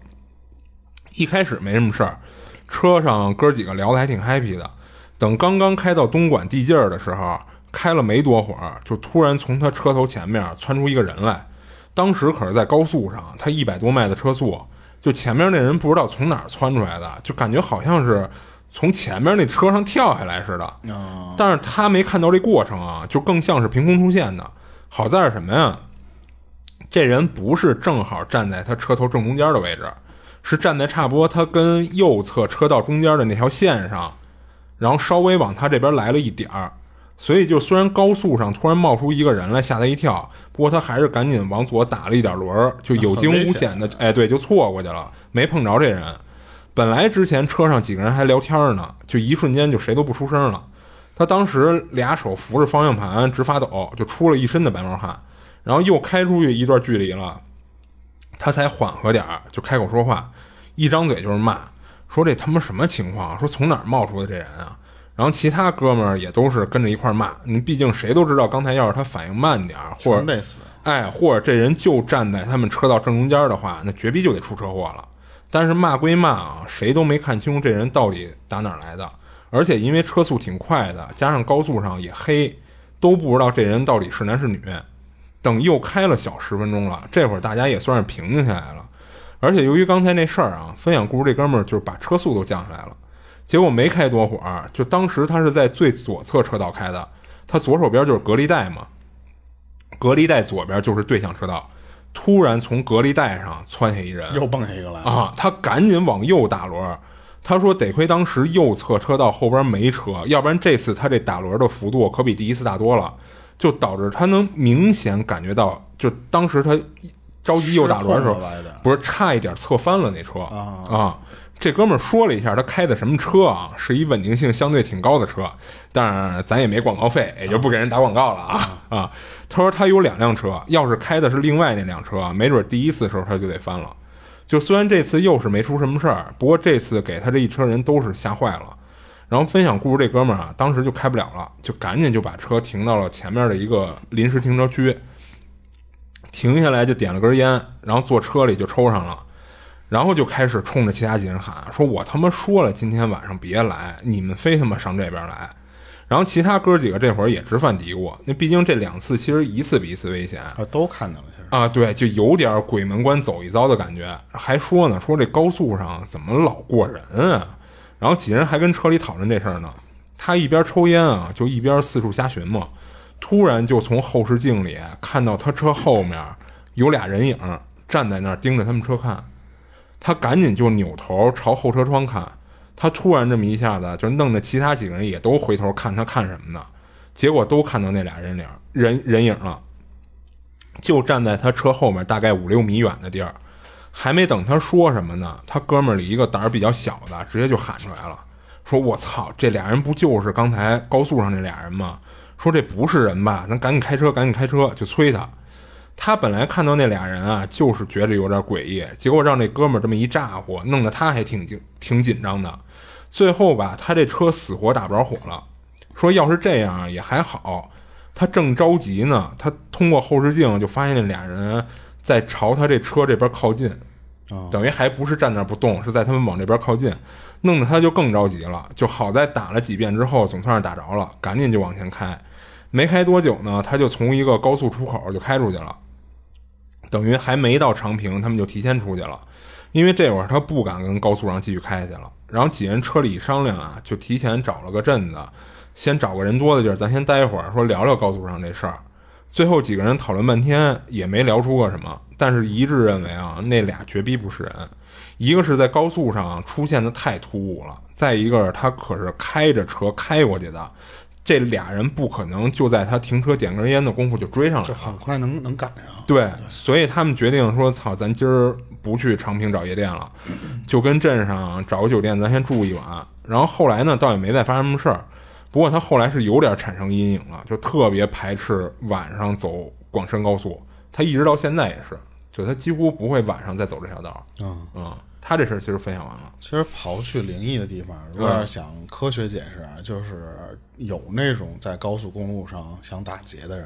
一开始没什么事儿，车上哥几个聊的还挺 happy 的。等刚刚开到东莞地界儿的时候，开了没多会儿，就突然从他车头前面窜出一个人来。当时可是在高速上，他一百多迈的车速，就前面那人不知道从哪儿窜出来的，就感觉好像是从前面那车上跳下来似的。啊，但是他没看到这过程啊，就更像是凭空出现的。好在是什么呀？这人不是正好站在他车头正中间的位置，是站在差不多他跟右侧车道中间的那条线上，然后稍微往他这边来了一点儿。所以就虽然高速上突然冒出一个人来，吓他一跳，不过他还是赶紧往左打了一点轮儿，就有惊无险的，哎，对，就错过去了，没碰着这人。本来之前车上几个人还聊天呢，就一瞬间就谁都不出声了。他当时俩手扶着方向盘直发抖，就出了一身的白毛汗，然后又开出去一段距离了，他才缓和点儿，就开口说话，一张嘴就是骂，说这他妈什么情况？啊说从哪儿冒出的这人啊？然后其他哥们儿也都是跟着一块儿骂，你毕竟谁都知道，刚才要是他反应慢点儿，或者全得死，哎，或者这人就站在他们车道正中间的话，那绝逼就得出车祸了。但是骂归骂啊，谁都没看清楚这人到底打哪儿来的，而且因为车速挺快的，加上高速上也黑，都不知道这人到底是男是女。等又开了小十分钟了，这会儿大家也算是平静下来了。而且由于刚才那事儿啊，分享故事这哥们儿就是把车速都降下来了，结果没开多会儿，就当时他是在最左侧车道开的，他左手边就是隔离带嘛，隔离带左边就是对向车道，突然从隔离带上窜下一人，又蹦下一个来，啊，他赶紧往右打轮儿。他说：“得亏当时右侧车道后边没车，要不然这次他这打轮儿的幅度可比第一次大多了，就导致他能明显感觉到，就当时他着急右打轮儿的时候失控了来的，不是差一点侧翻了那车啊这哥们儿说了一下他开的什么车啊，是一稳定性相对挺高的车，但是咱也没广告费，也就不给人打广告了啊啊！他说他有两辆车，要是开的是另外那辆车，啊没准第一次时候他就得翻了。就虽然这次又是没出什么事儿，不过这次给他这一车人都是吓坏了。然后分享故事这哥们儿啊，当时就开不了了，就赶紧就把车停到了前面的一个临时停车区。停下来就点了根烟，然后坐车里就抽上了，然后就开始冲着其他几人喊：“说我他妈说了，今天晚上别来，你们非他妈上这边来。”然后其他哥几个这会儿也直犯嘀咕，那毕竟这两次其实一次比一次危险啊，都看见了，其实啊，对，就有点鬼门关走一遭的感觉。还说呢，说这高速上怎么老过人啊？然后几人还跟车里讨论这事儿呢。他一边抽烟啊，就一边四处瞎寻摸，突然就从后视镜里看到他车后面有俩人影儿站在那儿盯着他们车看。他赶紧就扭头朝后车窗看，他突然这么一下子，就弄得其他几个人也都回头看他看什么呢？结果都看到那俩人影儿人人影了。就站在他车后面大概五六米远的地儿。还没等他说什么呢，他哥们儿里一个胆儿比较小的，直接就喊出来了，说：“我操，这俩人不就是刚才高速上这俩人吗？说这不是人吧？咱赶紧开车，赶紧开车！”就催他。他本来看到那俩人啊，就是觉着有点诡异，结果让这哥们儿这么一咋呼，弄得他还挺紧挺紧张的。最后吧，他这车死活打不着火了。说要是这样啊也还好，他正着急呢，他通过后视镜就发现那俩人在朝他这车这边靠近，啊等于还不是站那儿不动，是在他们往这边靠近，弄得他就更着急了。就好在打了几遍之后，总算是打着了，赶紧就往前开。没开多久呢，他就从一个高速出口就开出去了，等于还没到长平，他们就提前出去了，因为这会儿他不敢跟高速上继续开下去了。然后几人车里一商量啊，就提前找了个镇子，先找个人多的地儿，咱先待会儿，说聊聊高速上这事儿。最后几个人讨论半天也没聊出个什么，但是一致认为啊，那俩绝逼不是人，一个是在高速上出现的太突兀了，再一个他可是开着车开过去的，这俩人不可能就在他停车点根烟的功夫就追上来就了。很快能能赶上。对，所以他们决定说：“操，咱今儿不去长平找夜店了，就跟镇上找个酒店，咱先住一晚。”然后后来呢，倒也没再发生什么事儿。不过他后来是有点产生阴影了，就特别排斥晚上走广深高速。他一直到现在也是，就他几乎不会晚上再走这条道儿。嗯，嗯，他这事儿其实分享完了。其实刨去灵异的地方，嗯如果要是想科学解释，啊就是有那种在高速公路上想打劫的人，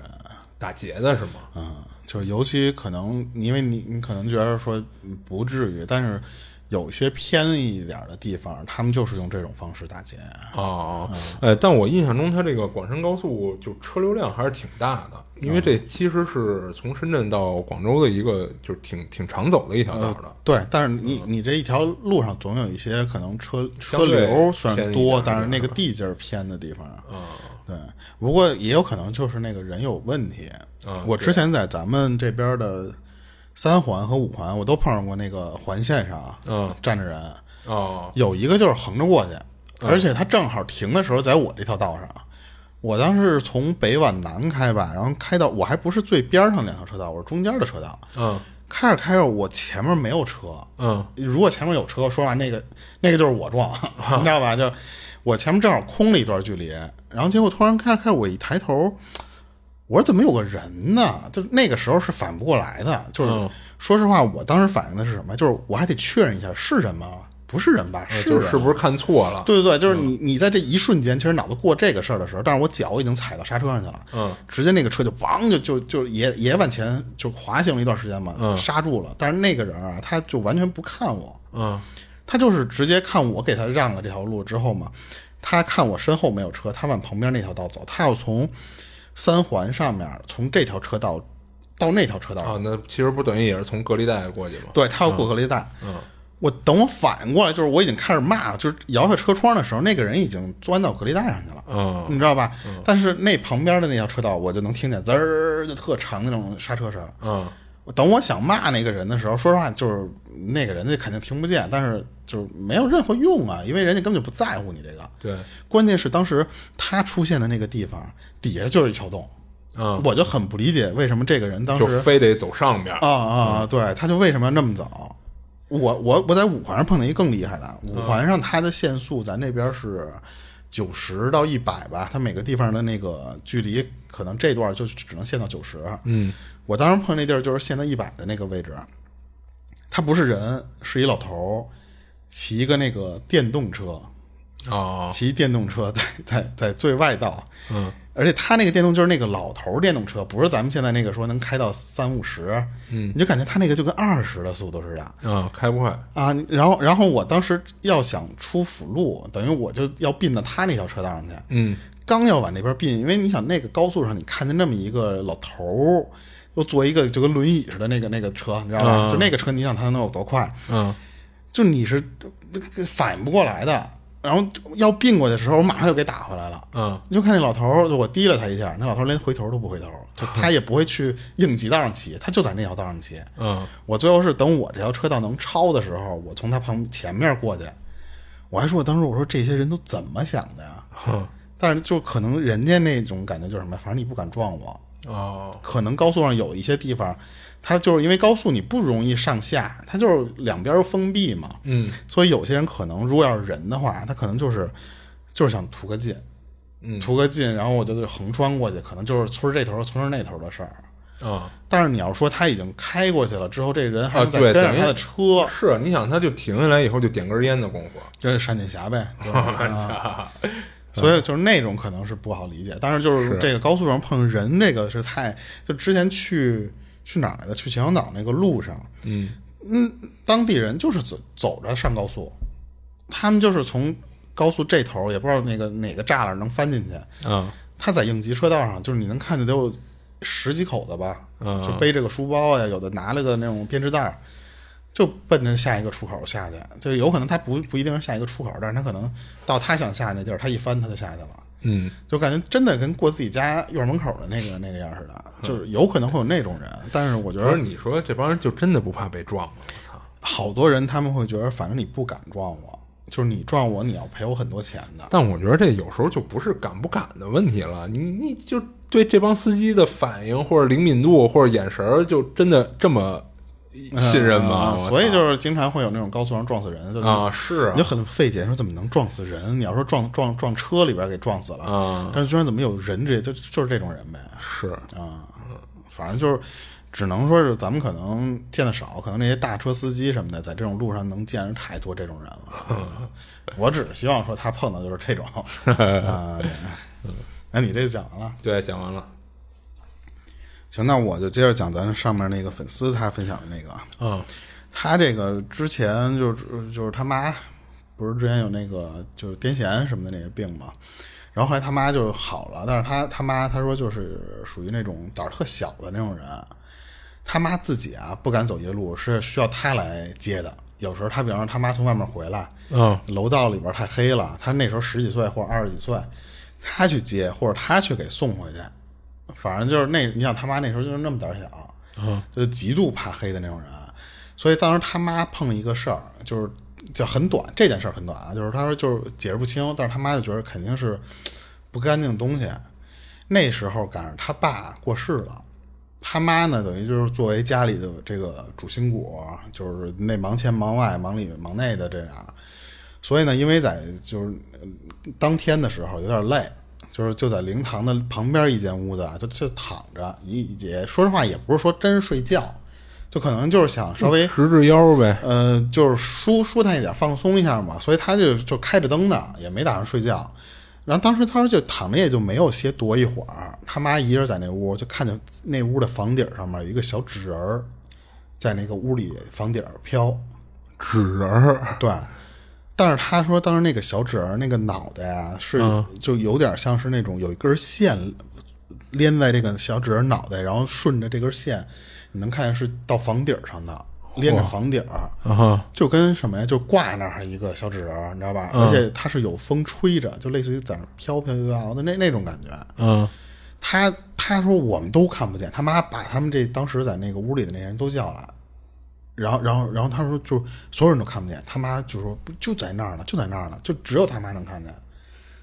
打劫的是吗？嗯，就是尤其可能因为你你可能觉得说嗯不至于，但是有一些偏一点的地方，他们就是用这种方式打劫。啊哦，呃，但我印象中，它这个广深高速就车流量还是挺大的，因为这其实是从深圳到广州的一个就是挺挺常走的一条道的。对，但是你你这一条路上总有一些可能车车相对流虽偏然一多，点但是是那吧个地界儿偏的地方，啊嗯对，不过也有可能就是那个人有问题。啊我之前在咱们这边的三环和五环，我都碰上过那个环线上啊嗯站着人，哦有一个就是横着过去，嗯而且他正好停的时候在我这条道上。我当时是从北往南开吧，然后开到我还不是最边上两条车道，我是中间的车道。嗯开着开着，我前面没有车，嗯如果前面有车，说实话，那个那个就是我 撞，你知道吧？就是我前面正好空了一段距离，然后结果突然开着开着，我一抬头，我说怎么有个人呢？就是那个时候是反不过来的，就是、嗯说实话，我当时反应的是什么？就是我还得确认一下是人吗？不是人吧？呃人就吗是是不嗯是看错了？对对对，就是你你在这一瞬间，其实脑子过这个事儿的时候，但是我脚已经踩到刹车上去了，嗯，直接那个车就梆就就就也也往前就滑行了一段时间嘛，嗯刹住了。但是那个人啊，他就完全不看我，嗯他就是直接看我给他让了这条路之后嘛，他看我身后没有车，他往旁边那条道走，他要从三环上面从这条车道到那条车道，啊，那其实不等于也是从隔离带过去吗？对他要过隔离带。嗯我等我反应过来，就是我已经开始骂，就是摇下车窗的时候，那个人已经钻到隔离带上去了。嗯你知道吧？但是那旁边的那条车道，我就能听见滋儿就特长的那种刹车声。嗯我等我想骂那个人的时候，说实话，就是那个人家肯定听不见，但是就是没有任何用啊，因为人家根本就不在乎你这个。对，关键是当时他出现的那个地方底下就是一桥洞，嗯，我就很不理解为什么这个人当就时非得走上边儿。嗯啊啊，对，他就为什么要那么早？我我我在五环上碰到一更厉害的，嗯五环上它的限速咱这边是九十到一百吧，它每个地方的那个距离可能这段就只能限到九十。啊嗯，我当时碰那地儿就是限到一百的那个位置，他不是人，是一老头儿骑一个那个电动车，哦骑电动车在在在最外道，嗯，而且他那个电动就是那个老头儿电动车，不是咱们现在那个说能开到三五十，嗯，你就感觉他那个就跟二十的速度似的嗯，开不快。啊。你然后然后我当时要想出辅路，等于我就要并到他那条车道上去，嗯刚要往那边并，因为你想那个高速上你看见那么一个老头儿，又坐一个就跟轮椅似的那个那个车，你知道吧？啊就那个车，你想他能有多快？嗯就你是呃反应不过来的，然后要并过去的时候，我马上就给打回来了。嗯你就看那老头儿，就我提了他一下，那老头儿连回头都不回头，就他也不会去应急道上骑，他就在那条道上骑。嗯我最后是等我这条车道能超的时候，我从他旁前面过去，我还说，我当时我说这些人都怎么想的呀？哼但是就可能人家那种感觉就是什么，反正你不敢撞我，哦可能高速上有一些地方，它就是因为高速你不容易上下，它就是两边儿封闭嘛，嗯所以有些人可能如果要是人的话，他可能就是就是想图个近，嗯图个近，然后我就横穿过去，可能就是村儿这头儿村儿那头儿的事儿。啊。但是你要说他已经开过去了之后，这人还能再啊对跟上等于他的车，是，你想，他就停下来以后就点根烟的功夫，就是闪电侠呗。对吧啊 所以就是那种可能是不好理解，但是就是这个高速上碰人这个是太就之前去去哪儿来的？去秦皇岛那个路上，嗯嗯，当地人就是走走着上高速，他们就是从高速这头儿也不知道那个哪个栅栏能翻进去，啊他在应急车道上，就是你能看见得有十几口子吧，嗯就背着个书包呀，有的拿了个那种编织袋儿，就奔着下一个出口下去。就有可能他不不一定是下一个出口，但是他可能到他想下那地儿，他一翻他就下去了。嗯，就感觉真的跟过自己家院门口的那个那个样似的，嗯就是有可能会有那种人，但是我觉不是得你说这帮人就真的不怕被撞吗？我操！好多人他们会觉得，反正你不敢撞我，就是你撞我，你要赔我很多钱的。但我觉得这有时候就不是敢不敢的问题了，你你就对这帮司机的反应或者灵敏度或者眼神儿，就真的这么信任吗？嗯我操所以就是经常会有那种高速上撞死人，就是啊，是啊你就很费解，说怎么能撞死人？你要说撞撞撞车里边给撞死了，啊但是居然怎么有人这就就是这种人呗是，啊，反正就是只能说是咱们可能见的少，可能那些大车司机什么的，在这种路上能见着太多这种人 了。我只是希望说他碰到就是这种啊。对嗯那你这讲完了，对，讲完了行，那我就接着讲咱上面那个粉丝他分享的那个，啊，他这个之前就是就是他妈，不是之前有那个就是癫痫什么的那个病嘛，然后后来他妈就好了，但是他他妈他说就是属于那种胆儿特小的那种人，他妈自己啊不敢走夜路，是需要他来接的。有时候他比方说他妈从外面回来，嗯，楼道里边太黑了，他那时候十几岁或者二十几岁，他去接或者他去给送回去，反正就是那你想他妈那时候就是那么胆儿小，嗯，就是极度怕黑的那种人，所以当时他妈碰了一个事儿，就是就很短，这件事儿很短啊，就是他说就是解释不清，但是他妈就觉得肯定是不干净的东西。啊那时候赶上他爸过世了，他妈呢等于就是作为家里的这个主心骨，就是那忙前忙外、忙里忙内的这样。所以呢，因为在就是呃当天的时候有点累，就是就在灵堂的旁边一间屋子啊，就就躺着，也也说实话也不是说真睡觉，就可能就是想稍微十至腰呗，呃，就是舒舒坦一点，放松一下嘛，所以他就就开着灯呢，也没打算睡觉。然后当时他说就躺着也就没有歇多一会儿，他妈一人在那屋就看见那屋的房顶上面有一个小纸人儿，在那个屋里房顶儿飘。纸人儿，对，但是他说当时那个小纸人儿那个脑袋呀、是就有点像是那种有一根线连在这个小纸人儿脑袋，然后顺着这根线，你能看见是到房顶儿上的，连着房顶儿。啊哈，就跟什么呀，就挂那儿一个小纸人儿，你知道吧？而且它是有风吹着，就类似于在那儿飘飘摇摇的那那种感觉。嗯他他说我们都看不见，他妈把他们这当时在那个屋里的那些人都叫来，然后然后然后他说就所有人都看不见，他妈就说不就在那儿呢，就在那儿呢，就只有他妈能看见。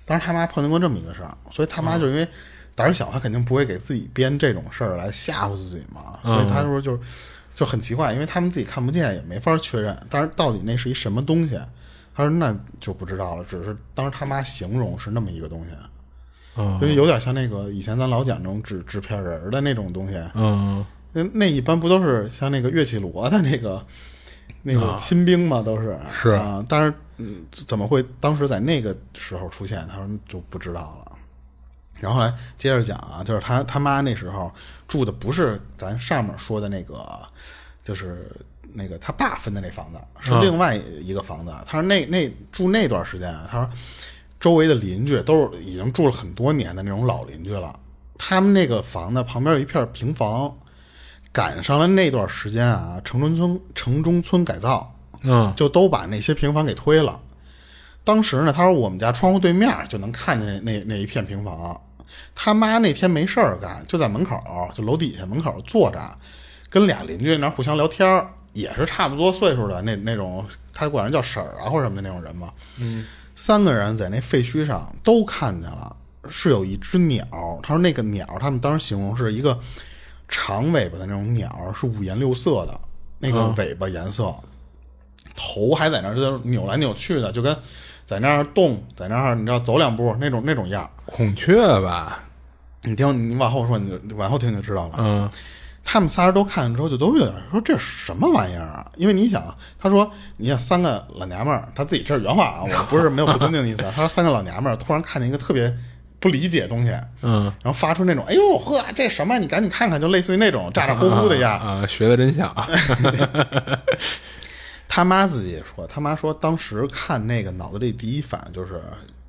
当时他妈碰见过这么一个事儿，所以他妈就因为胆儿小，他肯定不会给自己编这种事儿来吓唬自己嘛，所以他说就就很奇怪，因为他们自己看不见，也没法确认，但是到底那是一什么东西，啊他说那就不知道了，只是当时他妈形容是那么一个东西。啊嗯就是有点像那个以前咱老讲那种纸纸片人儿的那种东西，嗯，那那一般不都是像那个乐器锣的那个那个亲兵嘛，都是是啊，但是嗯，怎么会当时在那个时候出现，他们就不知道了。然后后来接着讲啊，就是他他妈那时候住的不是咱上面说的那个，就是那个他爸分的那房子，是另外一个房子。他说那那住那段时间啊，他说周围的邻居都是已经住了很多年的那种老邻居了。他们那个房子旁边有一片平房，赶上了那段时间啊，城中村城中村改造，嗯就都把那些平房给推了。当时呢，他说我们家窗户对面就能看见那那那一片平房。他妈那天没事儿干，就在门口，就楼底下门口坐着，跟俩邻居那儿互相聊天儿，也是差不多岁数的那那种，他管人叫婶儿啊或者什么的那种人嘛。嗯，三个人在那废墟上都看见了，是有一只鸟。他说那个鸟，他们当时形容是一个长尾巴的那种鸟，是五颜六色的，那个尾巴颜色。头还在那儿就是扭来扭去的，就跟在那儿动，在那儿你知道走两步那种那种样儿。孔雀吧，你听，你往后说，你就你往后听就知道了。嗯他们仨人都看了之后，就都有点说这是什么玩意儿啊？因为你想，啊，他说你想三个老娘们儿，他自己这是原话啊，我不是没有不尊敬的意思啊。他说三个老娘们儿突然看见一个特别不理解的东西，嗯，然后发出那种哎呦呵，这什么呀？你赶紧看看，就类似于那种咋咋呼呼的样儿。啊，学的真像，他妈自己也说，他妈说当时看那个脑子里第一反应就是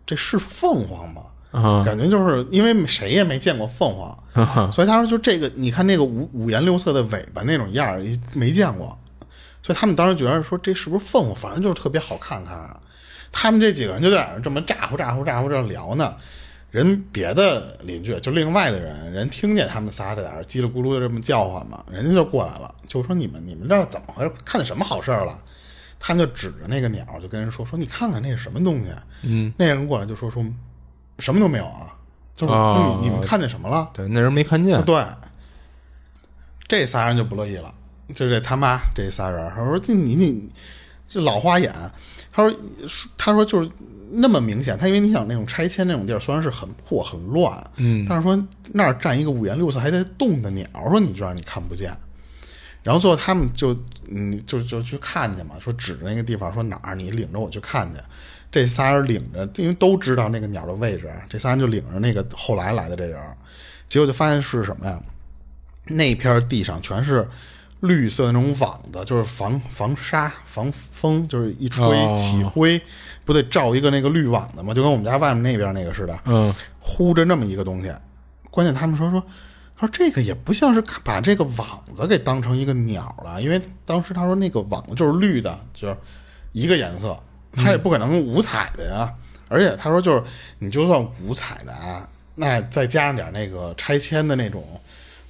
这是凤凰吗？啊感觉就是因为谁也没见过凤凰， 所以他说就这个，你看那个五五颜六色的尾巴那种样儿也没见过，所以他们当时觉得说这是不是凤凰，反正就是特别好看看啊。他们这几个人就在那儿这么咋呼咋呼咋呼这儿聊呢，人别的邻居就另外的人，人听见他们仨在那儿叽里咕噜的这么叫唤嘛，人家就过来了，就说你们你们这儿怎么回事？看见什么好事儿了？他们就指着那个鸟，就跟人说说你看看那是什么东西？嗯，那人过来就说说什么都没有啊，就是、哦嗯、你们看见什么了？对，那人没看见，对，这仨人就不乐意了，就这他妈这仨人，他说这你你这老花眼，他说他说就是那么明显，他因为你想那种拆迁那种地儿，虽然是很破很乱，嗯，但是说那儿站一个五颜六色还在动的鸟，说你这样你看不见。然后最后他们就嗯就就去看去嘛，说指着那个地方说哪儿，你领着我去看去。这仨人领着，因为都知道那个鸟的位置，啊这仨人就领着那个后来来的这人，啊结果就发现是什么呀？那片地上全是绿色的那种网子，就是防防沙、防风，就是一吹哦起灰，不得罩一个那个绿网子嘛，就跟我们家外面那边那个似的。嗯，呼着那么一个东西。关键他们说说，他说这个也不像是看把这个网子给当成一个鸟了，因为当时他说那个网子就是绿的，就是一个颜色，它也不可能五彩的呀。而且他说就是你就算五彩的啊，那再加上点那个拆迁的那种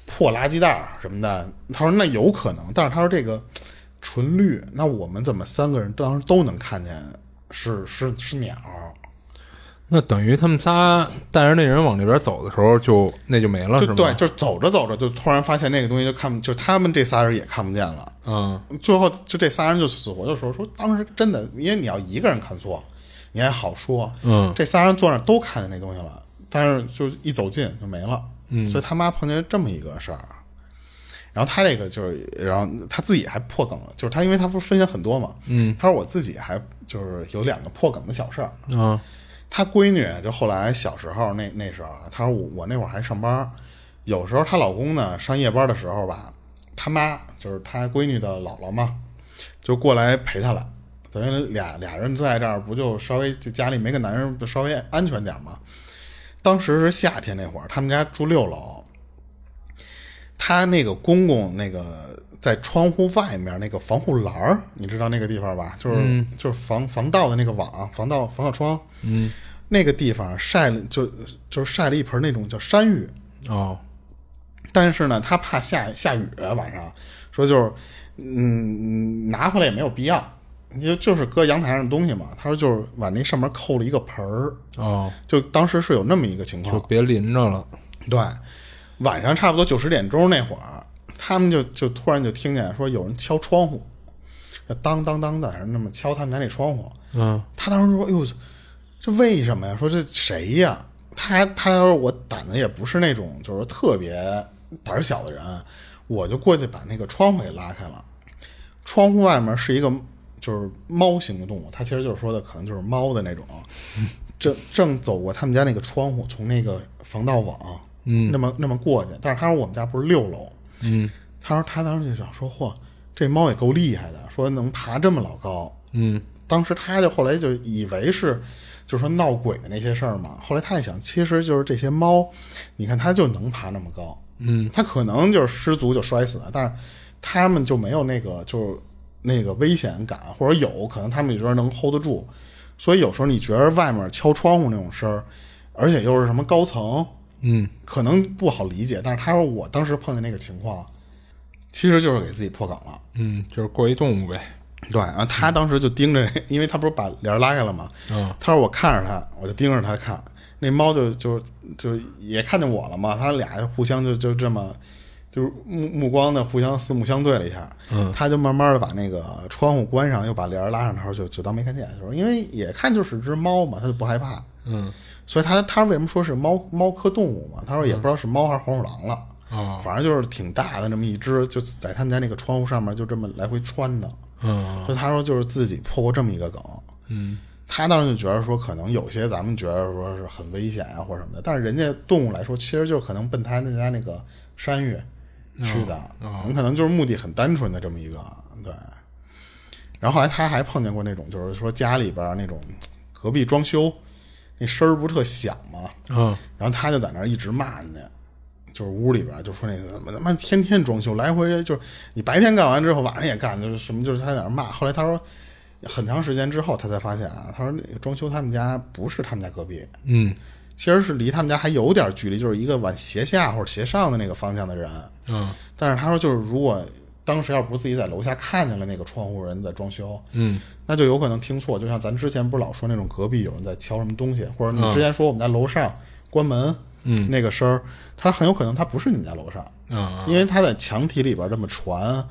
破垃圾袋儿什么的，他说那有可能，但是他说这个纯绿，那我们怎么三个人当时都能看见是是是鸟？那等于他们仨带着那人往这边走的时候就，那就没了，啊是就吗？对，就走着走着，就突然发现那个东西就看不，就他们这仨人也看不见了。嗯，最后就这仨人就死活就说说，当时真的，因为你要一个人看错，你还好说，嗯，这仨人坐那儿都看见那东西了，但是就一走近就没了，嗯，所以他妈碰见这么一个事儿。啊然后他这个就是，然后他自己还破梗了，就是他因为他不是分享很多嘛，嗯，他说我自己还就是有两个破梗的小事儿，啊，他闺女就后来小时候那那时候啊，她说我我那会儿还上班儿，有时候她老公呢上夜班的时候吧，他妈就是她闺女的姥姥嘛，就过来陪她来。等于俩俩人在这儿不就稍微这家里没个男人不稍微安全点儿嘛？当时是夏天那会儿，他们家住六楼，他那个公公那个在窗户外面那个防护栏儿，你知道那个地方吧？就是、就是防防盗的那个网，防盗防盗窗。嗯，那个地方晒了就就是晒了一盆那种叫山芋，哦，但是呢，他怕下下雨晚上，说就是嗯拿回来也没有必要，你就就是搁阳台上的东西嘛。他说就是往那上面扣了一个盆儿，哦，就当时是有那么一个情况就。别淋着了，对，晚上差不多九十点钟那会儿，啊他们就就突然就听见说有人敲窗户，就当当当的，那么敲他们家那窗户。嗯，他当时说：“哎呦，这为什么呀？说这谁呀？”他他说我胆子也不是那种就是特别胆儿小的人，我就过去把那个窗户给拉开了。窗户外面是一个就是猫型的动物，它其实就是说的可能就是猫的那 种。正正走过他们家那个窗户，从那个防盗网，嗯，那么那么过去。但是他说我们家不是六楼，嗯，他说他当时就想说，嚯，这猫也够厉害的，说能爬这么老高，嗯，当时他就后来就以为是，就是说闹鬼的那些事儿嘛。后来他一想，其实就是这些猫，你看它就能爬那么高，嗯，它可能就是失足就摔死了，但是它们就没有那个就是那个危险感，或者有可能它们也觉得能 hold 得住。所以有时候你觉得外面敲窗户那种声儿，而且又是什么高层，嗯，可能不好理解。但是他说我当时碰见那个情况，其实就是给自己破梗了。嗯，就是过一动物呗，对，然后他当时就盯着，因为他不是把帘儿拉开了嘛，嗯他说我看着他，我就盯着他看，那猫就就就也看见我了嘛，他俩就互相就就这么。就是目目光的互相四目相对了一下，嗯，他就慢慢的把那个窗户关上，又把帘儿拉上，他说就就当没看见，就是因为也看就是只猫嘛，他就不害怕，嗯，所以他他为什么说是猫猫科动物嘛？他说也不知道是猫还是黄鼠狼了，哦，反正就是挺大的那么一只，就在他们家那个窗户上面就这么来回穿的，嗯，所以他说就是自己破过这么一个梗，嗯，他当时就觉得说可能有些咱们觉得说是很危险啊或者什么的，但是人家动物来说，其实就是可能奔他那家那个山芋去的，很可能就是目的很单纯的这么一个，对。然后后来他还碰见过那种，就是说家里边儿那种隔壁装修，那声儿不是特响吗？啊，然后他就在那儿一直骂呢，就是屋里边儿就说那个怎么他妈天天装修，来回就是你白天干完之后晚上也干，就是什么就是他在那儿骂。后来他说，很长时间之后他才发现啊，他说那个装修他们家不是他们家隔壁，嗯其实是离他们家还有点距离，就是一个往斜下或者斜上的那个方向的人。嗯但是他说，就是如果当时要不是自己在楼下看见了那个窗户人在装修，嗯，那就有可能听错。就像咱之前不是老说那种隔壁有人在敲什么东西，或者你嗯之前说我们家楼上关门，嗯，那个声儿，他很有可能他不是你们家楼上，啊因为他在墙体里边这么传，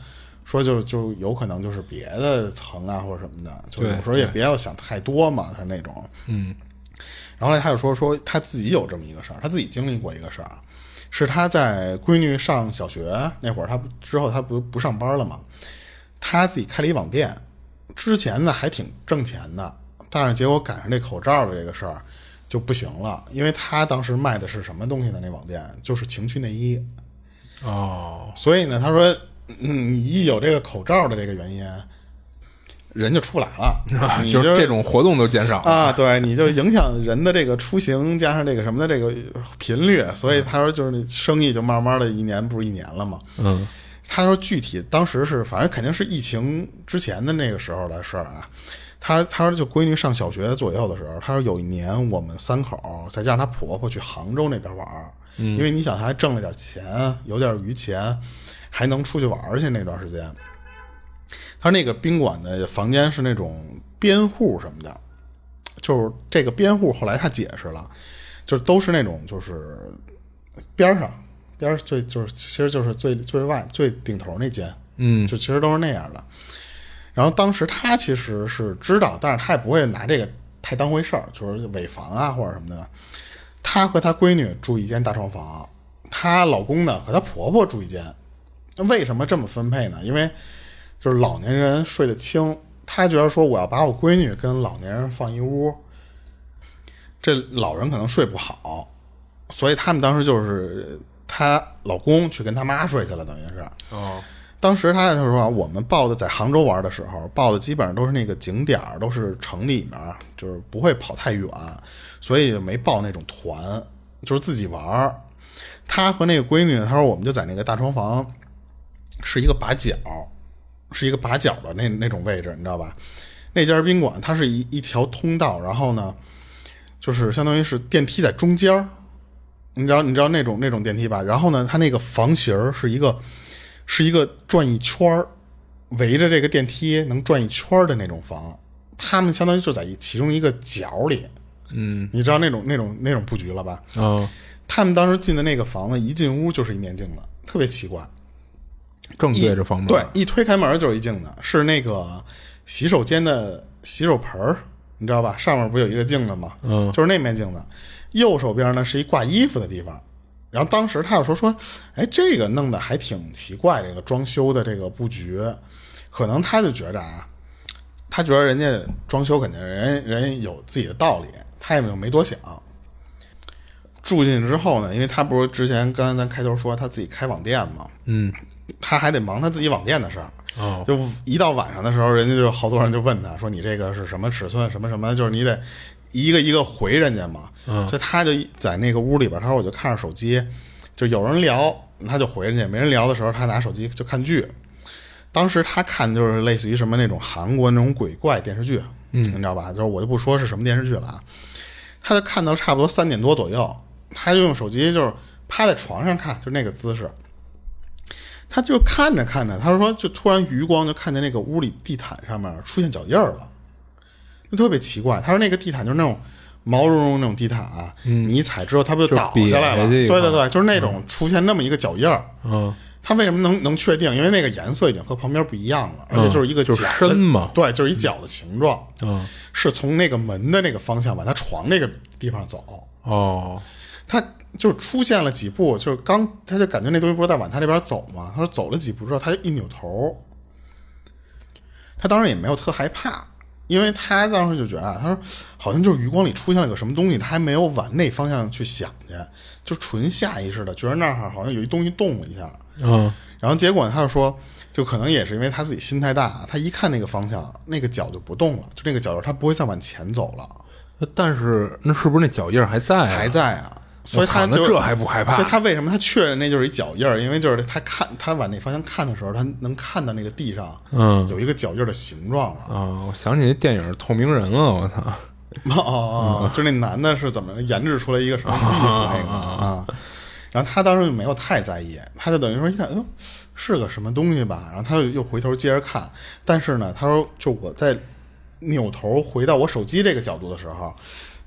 说就就有可能就是别的层啊或者什么的，就对有时候也别要想太多嘛，他那种，嗯然后呢，他就说说他自己有这么一个事儿，他自己经历过一个事儿，是他在闺女上小学那会儿，他不之后他不不上班了嘛，他自己开了一网店，之前呢还挺挣钱的，但是结果赶上这口罩的这个事儿就不行了，因为他当时卖的是什么东西呢？那网店就是情趣内衣，哦所以呢，他说，嗯，你一有这个口罩的这个原因，人就出不来了，啊，你就是这种活动都减少了。 啊，对，你就影响人的这个出行，加上这个什么的这个频率，所以他说就是那生意就慢慢的一年不是一年了嘛。嗯他说具体当时是反正肯定是疫情之前的那个时候的事儿啊。他他说就闺女上小学左右的时候，他说有一年我们三口儿再加上她婆婆去杭州那边玩儿，嗯因为你想她还挣了点钱，有点余钱，还能出去玩儿去那段时间。他那个宾馆的房间是那种边户什么的，就是这个边户后来他解释了，就是都是那种就是边儿上边儿最就是其实就是最最外最顶头那间，嗯就其实都是那样的。然后当时他其实是知道，但是他也不会拿这个太当回事儿，就是尾房啊或者什么的。她和她闺女住一间大床房，她老公呢和她婆婆住一间。为什么这么分配呢？因为就是老年人睡得轻，她觉得说我要把我闺女跟老年人放一屋，这老人可能睡不好，所以他们当时就是她老公去跟她妈睡去了，等于是。哦当时他就说啊，我们报的在杭州玩的时候，报的基本上都是那个景点儿，都是城里面儿，就是不会跑太远，所以没报那种团，就是自己玩儿。他和那个闺女，他说我们就在那个大床房，是一个把角，是一个把角的那那种位置，你知道吧？那家宾馆它是一一条通道，然后呢，就是相当于是电梯在中间儿，你知道你知道那种那种电梯吧？然后呢，它那个房型儿是一个是一个转一圈儿，围着这个电梯能转一圈儿的那种房，他们相当于就在一其中一个角里，嗯你知道那种那种那种布局了吧？啊，他们当时进的那个房子，一进屋就是一面镜子，特别奇怪。正一对着房门。对，一推开门就是一镜子，是那个洗手间的洗手盆儿，你知道吧？上面不有一个镜子吗？嗯就是那面镜子。右手边呢是一挂衣服的地方。然后当时他就说说，哎，这个弄得还挺奇怪，这个装修的这个布局，可能他就觉着啊，他觉得人家装修肯定人人家有自己的道理，他也没多想。住进去之后呢，因为他不是之前刚才咱开头说他自己开网店嘛，嗯他还得忙他自己网店的事儿。哦就一到晚上的时候，人家就好多人就问他说：“你这个是什么尺寸？什么什么？”就是你得一个一个回人家嘛。嗯所以他就在那个屋里边，他说：“我就看着手机，就有人聊，他就回人家；没人聊的时候，他拿手机就看剧。当时他看就是类似于什么那种韩国那种鬼怪电视剧，嗯，你知道吧？就是我就不说是什么电视剧了啊。他就看到差不多三点多左右，他就用手机就是趴在床上看，就那个姿势。他就看着看着，他说就突然余光就看见那个屋里地毯上面出现脚印儿了，就特别奇怪。他说那个地毯就是那种毛茸茸那种地毯啊，你一踩之后它不就嗯就是倒下来了？瘪下对去对对，就是那种出现那么一个脚印儿。嗯它为什么能能确定？因为那个颜色已经和旁边不一样了，而且就是一个嗯就是角的深嘛对，就是一角的形状，嗯是从那个门的那个方向往他床那个地方走。哦他就出现了几步，就是刚他就感觉那东西不是在往他这边走嘛，他说走了几步之后，他就一扭头，他当时也没有特害怕，因为他当时就觉得啊，他说好像就是余光里出现了个什么东西，他还没有往那方向去想去，就纯下意识的觉得那儿好像有一东西动了一下，嗯然后结果他就说，就可能也是因为他自己心太大，他一看那个方向，那个脚就不动了，就那个脚印儿他不会再往前走了。但是那是不是那脚印儿还在、啊？还在啊。所我以操他那就这还不害怕所以他为什么他确认那就是一脚印儿？因为就是他看他往那方向看的时候，他能看到那个地上，嗯有一个脚印儿的形状了。啊、我想起那电影《透明人》了，我操！ 哦哦哦，就那男的是怎么研制出来一个什么技术那个 啊？然后他当时就没有太在意，他就等于说一看，哟，是个什么东西吧？然后他就又回头接着看，但是呢，他说就我在扭头回到我手机这个角度的时候，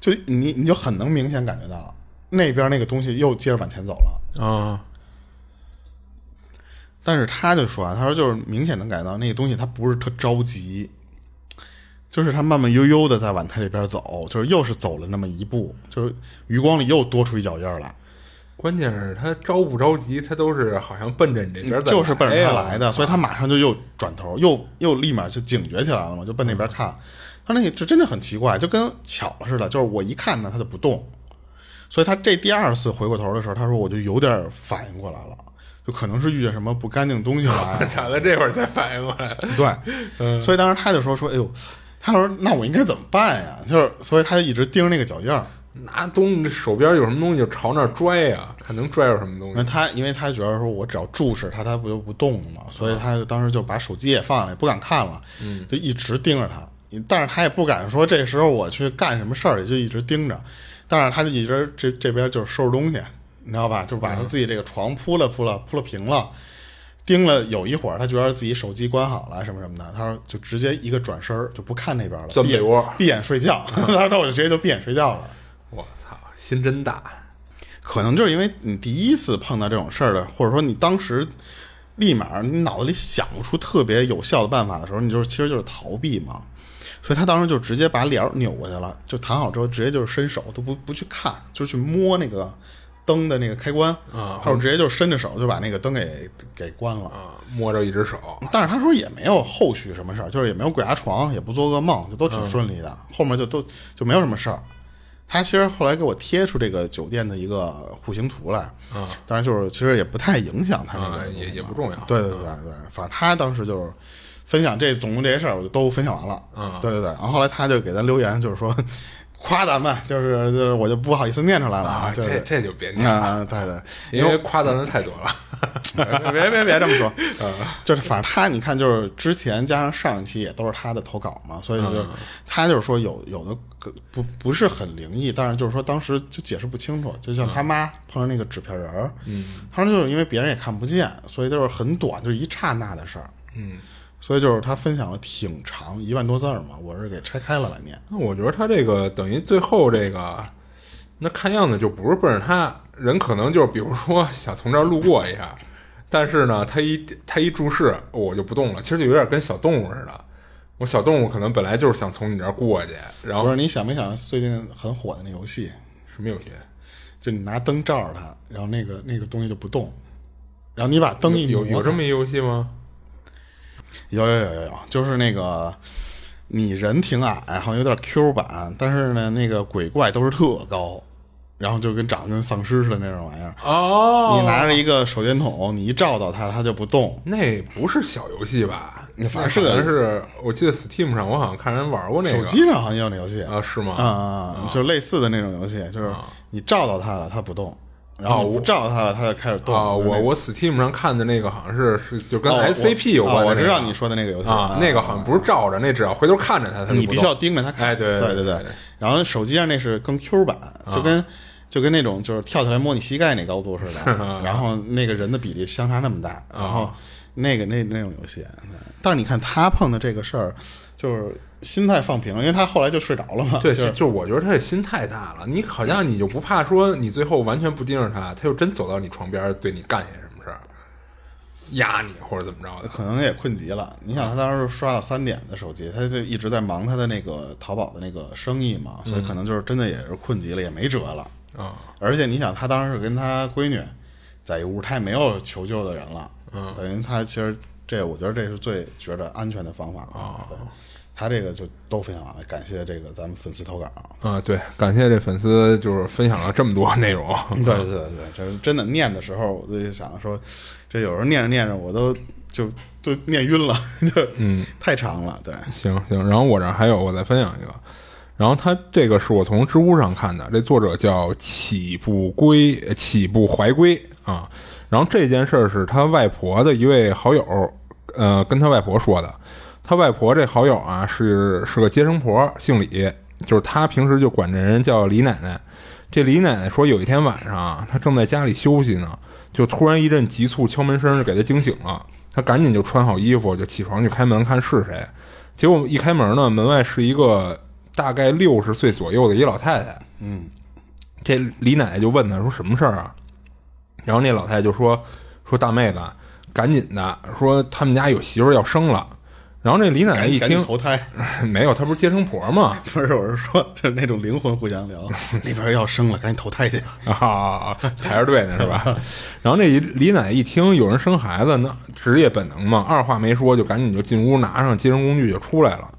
就你你就很能明显感觉到那边那个东西又接着往前走了。啊但是他就说啊，他说就是明显能感觉到那个东西，他不是特着急，就是他慢慢悠悠的在往他这边走，就是又是走了那么一步，就是余光里又多出一脚印儿来，关键是他着不着急，他都是好像奔着你这边儿在就是奔着他呀。来的，所以他马上就又转头，又又立马就警觉起来了嘛，就奔那边看。他那个就真的很奇怪，就跟巧似的，就是我一看呢，他就不动，所以他这第二次回过头的时候，他说我就有点反应过来了，就可能是遇见什么不干净的东西了呀咋的？这会儿才反应过来，对，所以当时他就说说，哎呦，他说那我应该怎么办呀？就是，所以他就一直盯着那个脚印儿。拿东西手边有什么东西就朝那儿拽呀、看能拽着什么东西那。他因为他觉得说我只要注视他，他不就不动了嘛，所以啊他就当时就把手机也放下来，不敢看了，嗯就一直盯着他。但是他也不敢说这时候我去干什么事儿，就一直盯着。但是他就一直这这边就是收拾东西，你知道吧？就把嗯他自己这个床铺了铺了铺了平了。盯了有一会儿，他觉得自己手机关好了什么什么的，他说就直接一个转身儿就不看那边了，钻闭眼被窝闭眼睡觉。 他说我就直接就闭眼睡觉了。我操，心真大！可能就是因为你第一次碰到这种事儿的，或者说你当时立马你脑子里想不出特别有效的办法的时候，你就是其实就是逃避嘛。所以他当时就直接把脸儿扭过去了，就躺好之后直接就是伸手，都不不去看，就去摸那个灯的那个开关啊他就直接就伸着手就把那个灯给给关了。啊，摸着一只手，但是他说也没有后续什么事儿，就是也没有鬼压床，也不做噩梦，就都嗯挺顺利的。后面就都就没有什么事儿。他其实后来给我贴出这个酒店的一个户型图来，嗯，当然就是其实也不太影响他那啊个、也也不重要嗯对对对对，反正他当时就是分享这总共这些事儿，我就都分享完了。嗯对对对。然后后来他就给咱留言，就是说夸咱们，就是就是我就不好意思念出来了啊，就这是这就别念，啊，对对，因为夸赞的太多了。 别别别这么 说，啊就是反正他你看，就是之前加上上一期也都是他的投稿嘛，所以就是啊他就是说有有的个不不是很灵异，但是就是说当时就解释不清楚，就像啊他妈碰上那个纸片人儿，嗯他说就是因为别人也看不见，所以就是很短，就是一刹那的事儿，嗯，所以就是他分享了挺长，一万多字儿嘛，我是给拆开了来念，那我觉得他这个等于最后这个，那看样子就不是奔着他人，可能就是比如说想从这儿路过一下，但是呢，他一他一注视我就不动了，其实就有点跟小动物似的。我小动物可能本来就是想从你这儿过去，然不后是你想没想最近很火的那游戏，什么游戏？就你拿灯照着它，然后那个那个东西就不动。然后你把灯一有挪有开这么一游戏吗？有有有有有，就是那个你人挺矮，好像有点 Q 版，但是呢，那个鬼怪都是特高，然后就跟长得跟丧尸似的那种玩意儿。哦你拿着一个手电筒，你一照到它，它就不动。那不是小游戏吧？那反反正是正个好像是，我记得 Steam 上我好像看人玩过那手个机上好像也有那游戏啊，是吗？啊啊，就类似的那种游戏，就是你照到它了，它不动，然后啊你不我照到它了，它就开始动。啊，就是那我我 Steam 上看的那个好像是是就跟哦我 SCP 有哦关的那个、我知道你说的那个游戏啊，那个好像不是照着，那只要回头看着它，它就你不必须动要盯着它看。哎对对对对啊对对。然后手机上那是更 Q 版，就跟、就跟那种就是跳起来摸你膝盖那高度似 的，然后那个人的比例相差那么大，然后那个那那种游戏。对但是你看他碰的这个事儿，就是心态放平了，因为他后来就睡着了嘛。对，就就是就我觉得他这心太大了，你好像你就不怕说你最后完全不盯着他，他就真走到你床边儿对你干些什么事儿，压你或者怎么着的可能也困极了。你想，他当时刷到三点的手机，他就一直在忙他的那个淘宝的那个生意嘛，所以可能就是真的也是困极了，也没辙了。啊而且你想，他当时是跟他闺女在一屋，他也没有求救的人了，嗯，等于他其实这，我觉得这是最觉得安全的方法哦啊。对，他这个就都分享完了，感谢这个咱们粉丝投稿。啊！对，感谢这粉丝就是分享了这么多内容，对对对对，就是真的念的时候，我就想说，这有时候念着念着，我都就都 念晕了，就嗯，太长了。对，哎行行，然后我这儿还有，我再分享一个。然后他这个是我从知乎上看的，这作者叫起步归呃起步怀归啊。然后这件事儿是他外婆的一位好友，呃，跟他外婆说的。他外婆这好友啊是是个接生婆，姓李，就是他平时就管这人叫李奶奶。这李奶奶说有一天晚上啊，她正在家里休息呢，就突然一阵急促敲门声就给她惊醒了。她赶紧就穿好衣服就起床去开门看是谁。结果一开门呢，门外是一个大概六十岁左右的一老太太。嗯，这李奶奶就问她说什么事儿啊？然后那老太太就说说大妹子，赶紧的，说他们家有媳妇儿要生了。然后那李奶奶赶紧一赶紧听，投胎， 没有，她不是接生婆吗？不是，我是说，就是那种灵魂互相 聊，那边要生了，赶紧投胎去。啊， 排着队呢是吧？然后那一李奶一听有人生孩子，那职业本能嘛，二话没说就赶紧就进屋拿上接生工具就出来了。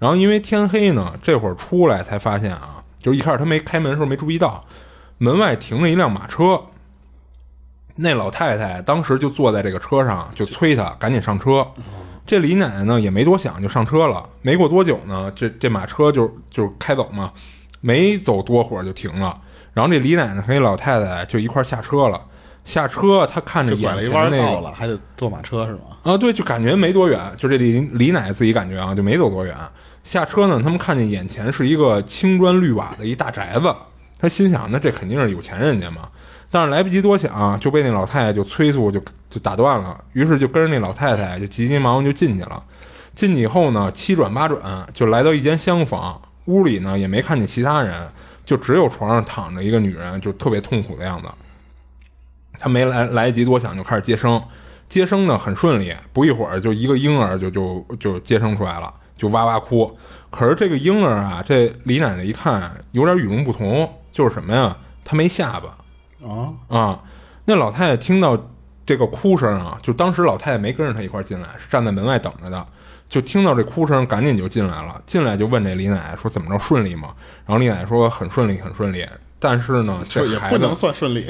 然后因为天黑呢，这会儿出来才发现啊，就是一开始他没开门的时候没注意到，门外停着一辆马车。那老太太当时就坐在这个车上，就催他赶紧上车。这李奶奶呢也没多想，就上车了。没过多久呢，这这马车就就开走嘛，没走多会儿就停了。然后这李奶奶和这老太太就一块儿下车了。下车，她看着就眼拐了一前弯那到个了，还得坐马车是吗？啊，对，就感觉没多远，就这李李奶自己感觉啊，就没走多远。下车呢，他们看见眼前是一个青砖绿瓦的一大宅子，他心想，那这肯定是有钱人家嘛。但是来不及多想、啊就被那老太太就催促就就打断了，于是就跟着那老太太就急急忙忙就进去了。进去以后呢，七转八转就来到一间厢房，屋里呢也没看见其他人，就只有床上躺着一个女人，就特别痛苦的样子。他没来来得及多想，就开始接生。接生呢很顺利，不一会儿就一个婴儿就就就接生出来了，就哇哇哭。可是这个婴儿啊，这李奶奶一看有点与众不同，就是什么呀？他没下巴啊，啊。那老太太听到这个哭声啊，就当时老太太没跟着她一块儿进来，是站在门外等着的。就听到这哭声，赶紧就进来了。进来就问这李奶奶说：“怎么着顺利吗？”然后李奶奶说：“很顺利，很顺利。”但是呢，这就也孩不子能算 顺利，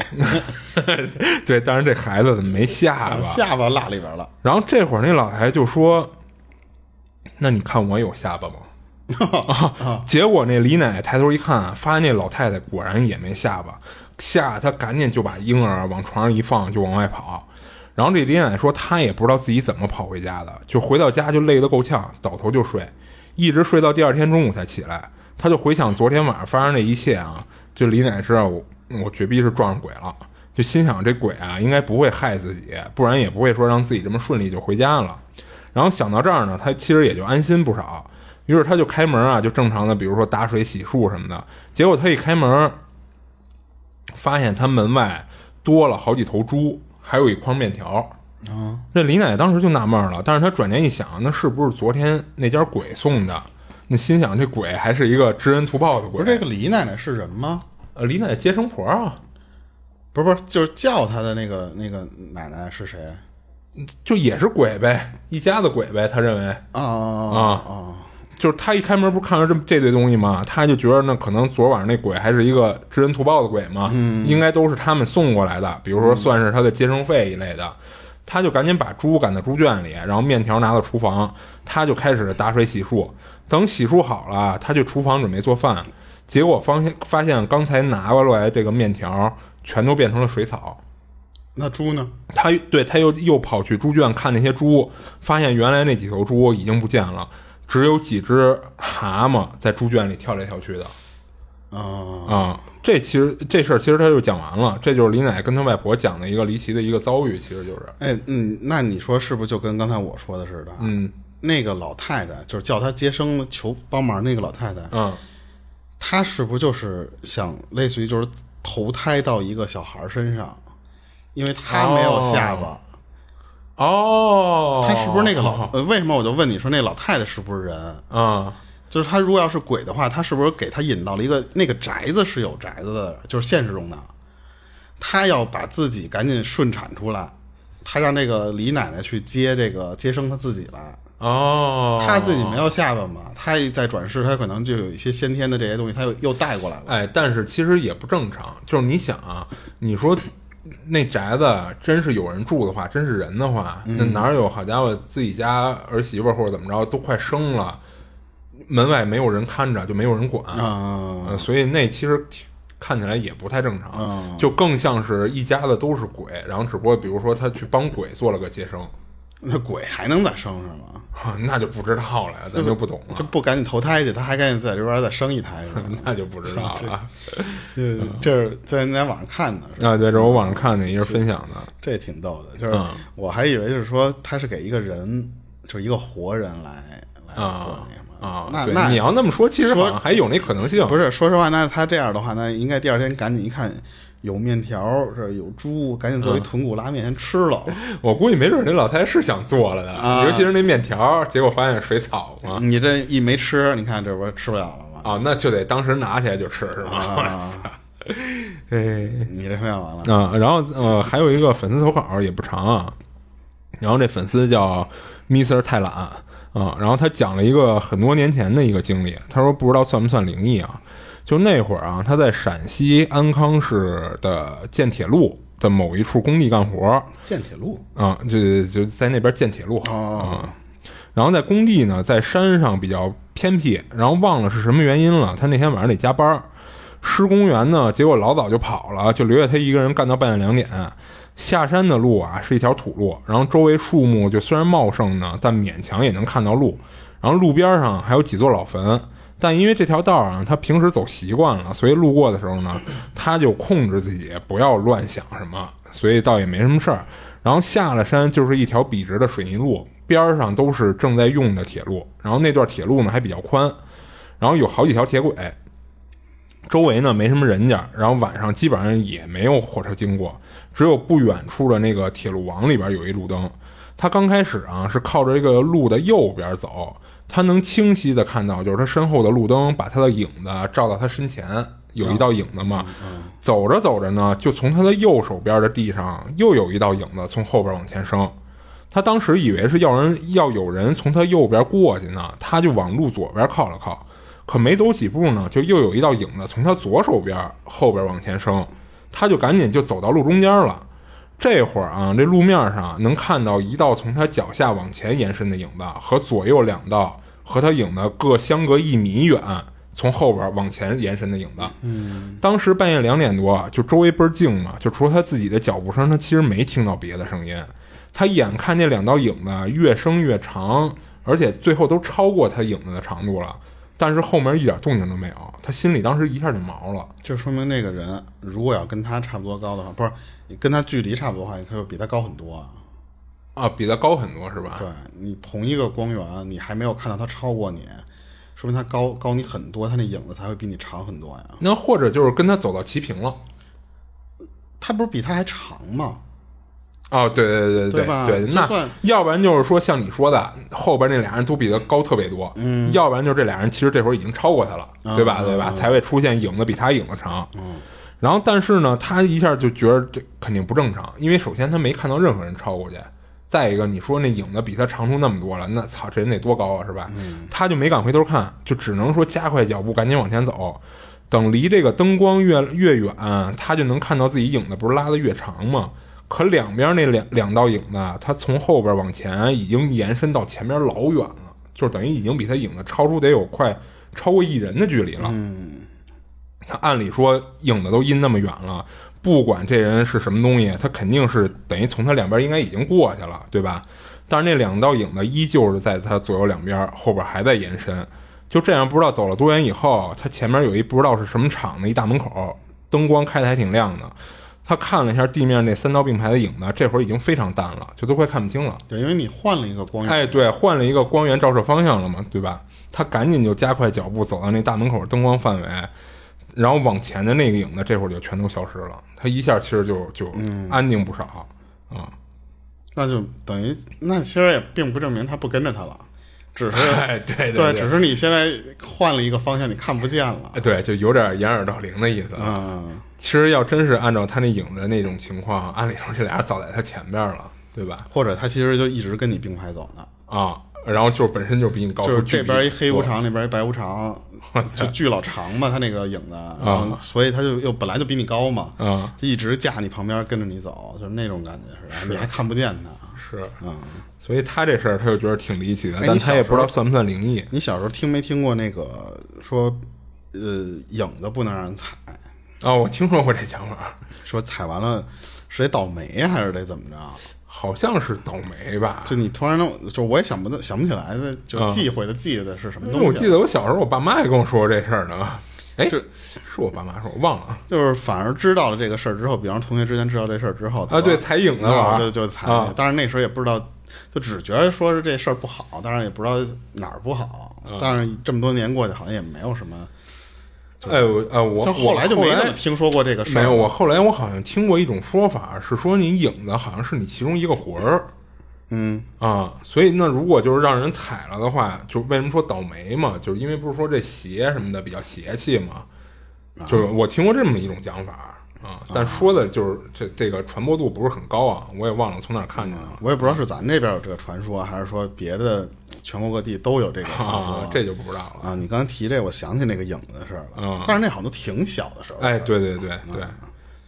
对，但是这孩子怎么没下巴？ 下巴落里边了。然后这会儿那老太太就说：“那你看我有下巴吗？”啊！结果那李奶奶抬头一看，发现那老太太果然也没下巴，吓得她赶紧就把婴儿往床上一放，就往外跑。然后这李奶奶说，她也不知道自己怎么跑回家的，就回到家就累得够呛，倒头就睡，一直睡到第二天中午才起来。她就回想昨天晚上发生的一切啊，就李奶奶知道我我绝逼是撞上鬼了，就心想这鬼啊应该不会害自己，不然也不会说让自己这么顺利就回家了。然后想到这儿呢，她其实也就安心不少。于是她就开门啊，就正常的，比如说打水、洗漱什么的。结果她一开门，发现她门外多了好几头猪，还有一筐面条。啊，这李奶奶当时就纳闷了，但是她转念一想，那是不是昨天那家鬼送的？那心想这鬼还是一个知恩图报的不鬼。是这个李奶奶是人吗？呃，李奶奶接生婆啊，不是不是，就是叫她的那个那个奶奶是谁？就也是鬼呗，一家子鬼呗。她认为，啊啊就是她一开门不是看着这这堆东西吗？她就觉得那可能昨晚上那鬼还是一个知恩图报的鬼嘛，应该都是他们送过来的，比如说算是她的接生费一类的。她就赶紧把猪赶到猪圈里，然后面条拿到厨房，她就开始打水洗漱。等洗漱好了，她去厨房准备做饭，结果发现发现刚才拿过来这个面条全都变成了水草。那猪呢？他对他又又跑去猪圈看那些猪，发现原来那几头猪已经不见了，只有几只蛤蟆在猪圈里跳来跳去的啊，啊、这其实这事儿其实他就讲完了，这就是李奶跟他外婆讲的一个离奇的一个遭遇，其实就是哎，嗯，那你说是不是就跟刚才我说的似的？嗯那个老太太就是叫她接生求帮忙那个老太太，嗯她是不是就是想类似于就是投胎到一个小孩儿身上？因为她没有下巴，哦，她是不是那个老？呃，为什么我就问你说那老太太是不是人？啊、就是她如果要是鬼的话，她是不是给她引到了一个那个宅子是有宅子的，就是现实中的，她要把自己赶紧顺产出来，她让那个李奶奶去接这个接生她自己来。哦，她自己没有下巴嘛，她一再转世，她可能就有一些先天的这些东西，她又又带过来了。哎，但是其实也不正常。就是你想啊，你说那宅子真是有人住的话，真是人的话，那哪有好家伙自己家儿媳妇儿或者怎么着都快生了，门外没有人看着，就没有人管，啊呃所以那其实挺看起来也不太正常，就更像是一家子都是鬼，然后只不过比如说他去帮鬼做了个接生， 那鬼还能再生是吗？那就不知道了，咱就不懂就了，不赶紧投胎去，他还赶紧在这边再生一胎是吗？ 那就不知道了。这这是在在网上看的，啊，对，这我网上看见也是分享的，这也挺逗的，就是嗯我还以为是说他是给一个人，就是一个活人来来做那什么啊，那对那你要那么说，其实说好像还有那可能性，不是，说实话，那他这样的话，那应该第二天赶紧一看，有面条，是有猪，赶紧做一豚骨拉面先吃 了。我估计没准那老太太是想做了的，啊尤其是那面条，结果发现水草嘛，你这一没吃，你看这不是吃不了了吗？啊，那就得当时拿起来就吃，是吧？啊，哎，你这分享完了 啊，然后呃，还有一个粉丝投稿也不长啊，然后这粉丝叫 Mr 太懒啊，然后他讲了一个很多年前的一个经历，他说不知道算不算灵异啊，就那会儿啊，他在陕西安康市的建铁路的某一处工地干活，建铁路啊，就就在那边建铁路哦啊。然后在工地呢，在山上比较偏僻，然后忘了是什么原因了，他那天晚上得加班儿。施工员呢，结果老早就跑了，就留下他一个人干到半夜两点。下山的路啊是一条土路，然后周围树木就虽然茂盛呢，但勉强也能看到路。然后路边上还有几座老坟，但因为这条道儿啊，他平时走习惯了，所以路过的时候呢，他就控制自己不要乱想什么，所以倒也没什么事儿。然后下了山就是一条笔直的水泥路，边儿上都是正在用的铁路，然后那段铁路呢还比较宽，然后有好几条铁轨，周围呢没什么人家，然后晚上基本上也没有火车经过，只有不远处的那个铁路网里边有一路灯。他刚开始啊是靠着这个路的右边走，他能清晰的看到，就是他身后的路灯把他的影子照到他身前，有一道影子嘛。走着走着呢，就从他的右手边的地上又有一道影子从后边往前升。他当时以为是要人要有人从他右边过去呢，他就往路左边靠了靠，可没走几步呢，就又有一道影子从他左手边后边往前升，他就赶紧就走到路中间了。这会儿啊，这路面上能看到一道从他脚下往前延伸的影子，和左右两道和他影子各相隔一米远从后边往前延伸的影子。嗯，当时半夜两点多啊，就周围倍儿静嘛，就除了他自己的脚步声，他其实没听到别的声音。他眼看这两道影子越升越长，而且最后都超过他影子的长度了，但是后面一点动静都没有，他心里当时一下就毛了。就说明那个人如果要跟他差不多高的话，不是你跟他距离差不多的话，他就比他高很多啊。啊，比他高很多是吧？对你同一个光源，你还没有看到他超过你，说明他高高你很多，他那影子才会比你长很多呀。那或者就是跟他走到齐平了。他不是比他还长吗？哦，对对对对对吧对，就那算要不然就是说像你说的，后边那俩人都比他高特别多，嗯，要不然就是这俩人其实这会儿已经超过他了，啊对吧？对吧？才会出现影子比他影子长，嗯。然后，但是呢，他一下就觉得这肯定不正常，因为首先他没看到任何人超过去，再一个你说那影子比他长出那么多了，那操，这人得多高啊，是吧？他就没敢回头看，就只能说加快脚步，赶紧往前走。等离这个灯光越越远，他就能看到自己影子不是拉得越长吗？可两边那两两道影子，它从后边往前已经延伸到前面老远了，就是等于已经比他影子超出得有快超过一人的距离了。他按理说影子都阴那么远了，不管这人是什么东西，他肯定是等于从他两边应该已经过去了，对吧？但是那两道影子依旧是在他左右两边，后边还在延伸。就这样，不知道走了多远以后，他前面有一不知道是什么厂的一大门口，灯光开的还挺亮的。他看了一下地面那三道并排的影子，这会儿已经非常淡了，就都快看不清了。对，因为你换了一个光源，哎，对，换了一个光源照射方向了嘛，对吧？他赶紧就加快脚步走到那大门口灯光范围，然后往前的那个影子这会儿就全都消失了。他一下其实就就嗯安静不少啊、那就等于那其实也并不证明他不跟着他了，只是哎， 对对嗯只是你现在换了一个方向，你看不见了。哎对，就有点掩耳盗铃的意思。啊。嗯，其实要真是按照他那影子那种情况，按理说这俩人早在他前边了，对吧？或者他其实就一直跟你并排走呢，啊，然后就是本身就比你高就出是距这离边一黑无多常，那边一白无 常，就巨老长嘛，他那个影子，然后所以他就又本来就比你高嘛，啊就一直架你旁边跟着你走，就是那种感觉是吧，你还看不见他。是，嗯，所以他这事儿他就觉得挺离奇的，哎但你他小也时不知道候算不算灵异。你小时候听没听过那个说，呃，影子不能让人踩，啊、我听说过这讲法，说踩完了是得倒霉还是得怎么着？好像是倒霉吧？就你突然能，就我也想不到想不起来的，就啊忌讳的忌的是什么因东西？啊为我记得我小时候，我爸妈也跟我说过这事儿呢。哎，这是我爸妈说，我忘了。就是反而知道了这个事儿之后，比方说同学之间知道这事儿之后啊对踩影子玩儿那就就踩啊，但是那时候也不知道，就只觉得说是这事儿不好，当然也不知道哪儿不好，啊但是这么多年过去，好像也没有什么，哎，我哎我就后来就没我后怎么听说过这个事儿。没有，我后来我好像听过一种说法，是说你影子好像是你其中一个魂儿嗯，啊，所以那如果就是让人踩了的话，就为什么说倒霉嘛？就是因为不是说这邪什么的比较邪气嘛，啊就是我听过这么一种讲法啊，但说的就是这这个传播度不是很高啊，我也忘了从哪儿看见的了我也不知道是咱这边有这个传说，还是说别的全国各地都有这个传啊说，。这就不知道了。啊，你刚才提这，我想起那个影子的事儿嗯了，但是那好像都挺小的时候。哎，对对对对，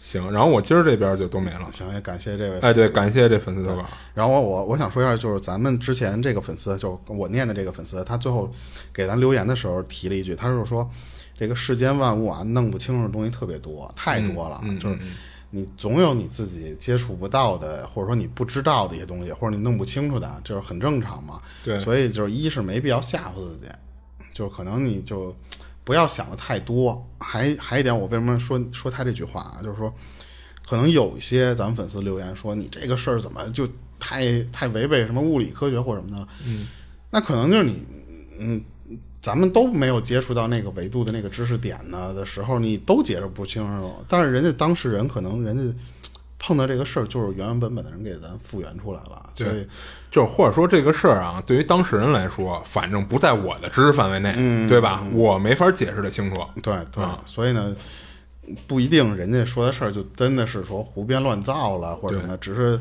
行，然后我今儿这边就都没了。行，也感谢这位。哎，对，感谢这粉丝投稿。然后我我想说一下，就是咱们之前这个粉丝，就是我念的这个粉丝，他最后给咱留言的时候提了一句，他就是说，这个世间万物啊，弄不清楚的东西特别多，太多了，嗯就是你总有你自己接触不到的，或者说你不知道的一些东西，或者你弄不清楚的，就是很正常嘛。对所以就是一是没必要吓唬自己，就是可能你就不要想的太多。还还一点，我为什么说说他这句话啊？就是说，可能有一些咱们粉丝留言说你这个事儿怎么就太太违背什么物理科学或什么的，嗯，那可能就是你，嗯。咱们都没有接触到那个维度的那个知识点呢的时候，你都解释不清楚。但是人家当事人可能人家碰到这个事儿，就是原原本本的人给咱复原出来了，所以就是或者说这个事儿啊，对于当事人来说，反正不在我的知识范围内，嗯对吧？我没法解释的清楚。对对，所以呢，不一定人家说的事儿就真的是说胡编乱造了或者什么，只是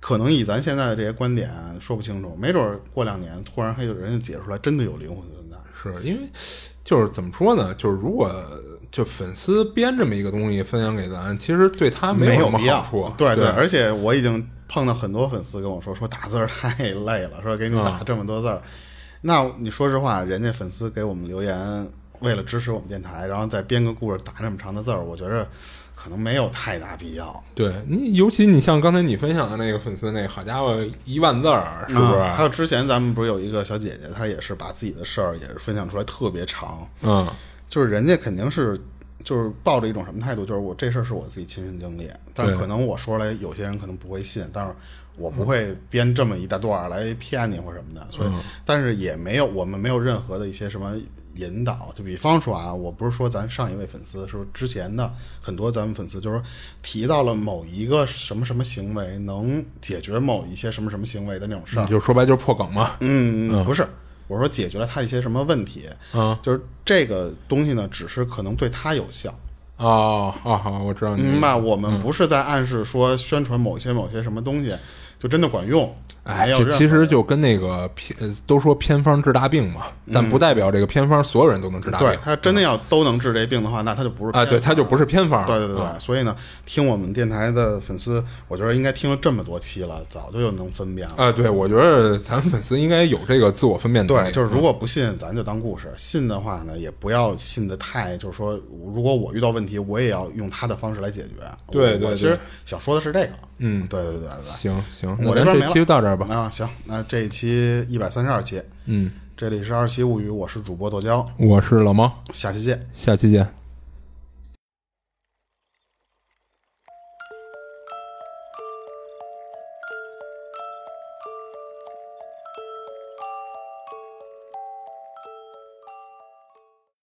可能以咱现在的这些观点说不清楚，没准儿过两年突然还有人解释出来，真的有灵魂存在。是因为就是怎么说呢？就是如果就粉丝编这么一个东西分享给咱，其实对他没有什么必要好处。，对对，而且我已经碰到很多粉丝跟我说，说打字儿太累了，说给你嗯打这么多字儿。那你说实话，人家粉丝给我们留言，为了支持我们电台，然后再编个故事打那么长的字儿，我觉着可能没有太大必要。对你，尤其你像刚才你分享的那个粉丝，那个好家伙，一万字儿，是不是？啊嗯还有之前咱们不是有一个小姐姐，她也是把自己的事儿也是分享出来，特别长。嗯就是人家肯定是就是抱着一种什么态度，就是我这事儿是我自己亲身经历，但是对可能我说出来，有些人可能不会信，但是我不会编这么一大段儿来骗你或什么的，所以、但是也没有我们没有任何的一些什么。引导，就比方说啊，我不是说咱上一位粉丝，说之前的很多咱们粉丝，就是说提到了某一个什么什么行为能解决某一些什么什么行为的那种事儿你，嗯就说白就是破梗嘛。嗯，嗯不是，我说解决了他一些什么问题，嗯，就是这个东西呢，只是可能对他有效，哦哦，好，我知道你。明白？我嗯们不是在暗示说宣传某些某些什么东西就真的管用，哎，没有任这何其实就跟那个偏呃都说偏方治大病嘛，但不代表这个偏方所有人都能治大病嗯对他真的要都能治这病的话，那他就不是啊。对，它就不是。是偏方。啊对对对对，所以呢，听我们电台的粉丝，我觉得应该听了这么多期了，早就就能分辨了。啊，对，我觉得咱们粉丝应该有这个自我分辨能力。对，就是如果不信，咱就当故事；信的话呢，也不要信的太，就是说，如果我遇到问题，我也要用他的方式来解决。对对我我其对实想说的是这个。嗯对对对对行行，我那这咱边没了这期就到这儿吧。对。啊，行，那这一期一百三十二期，嗯，这里是二期物语，我是主播剁椒，我是老猫，下期见。下期见。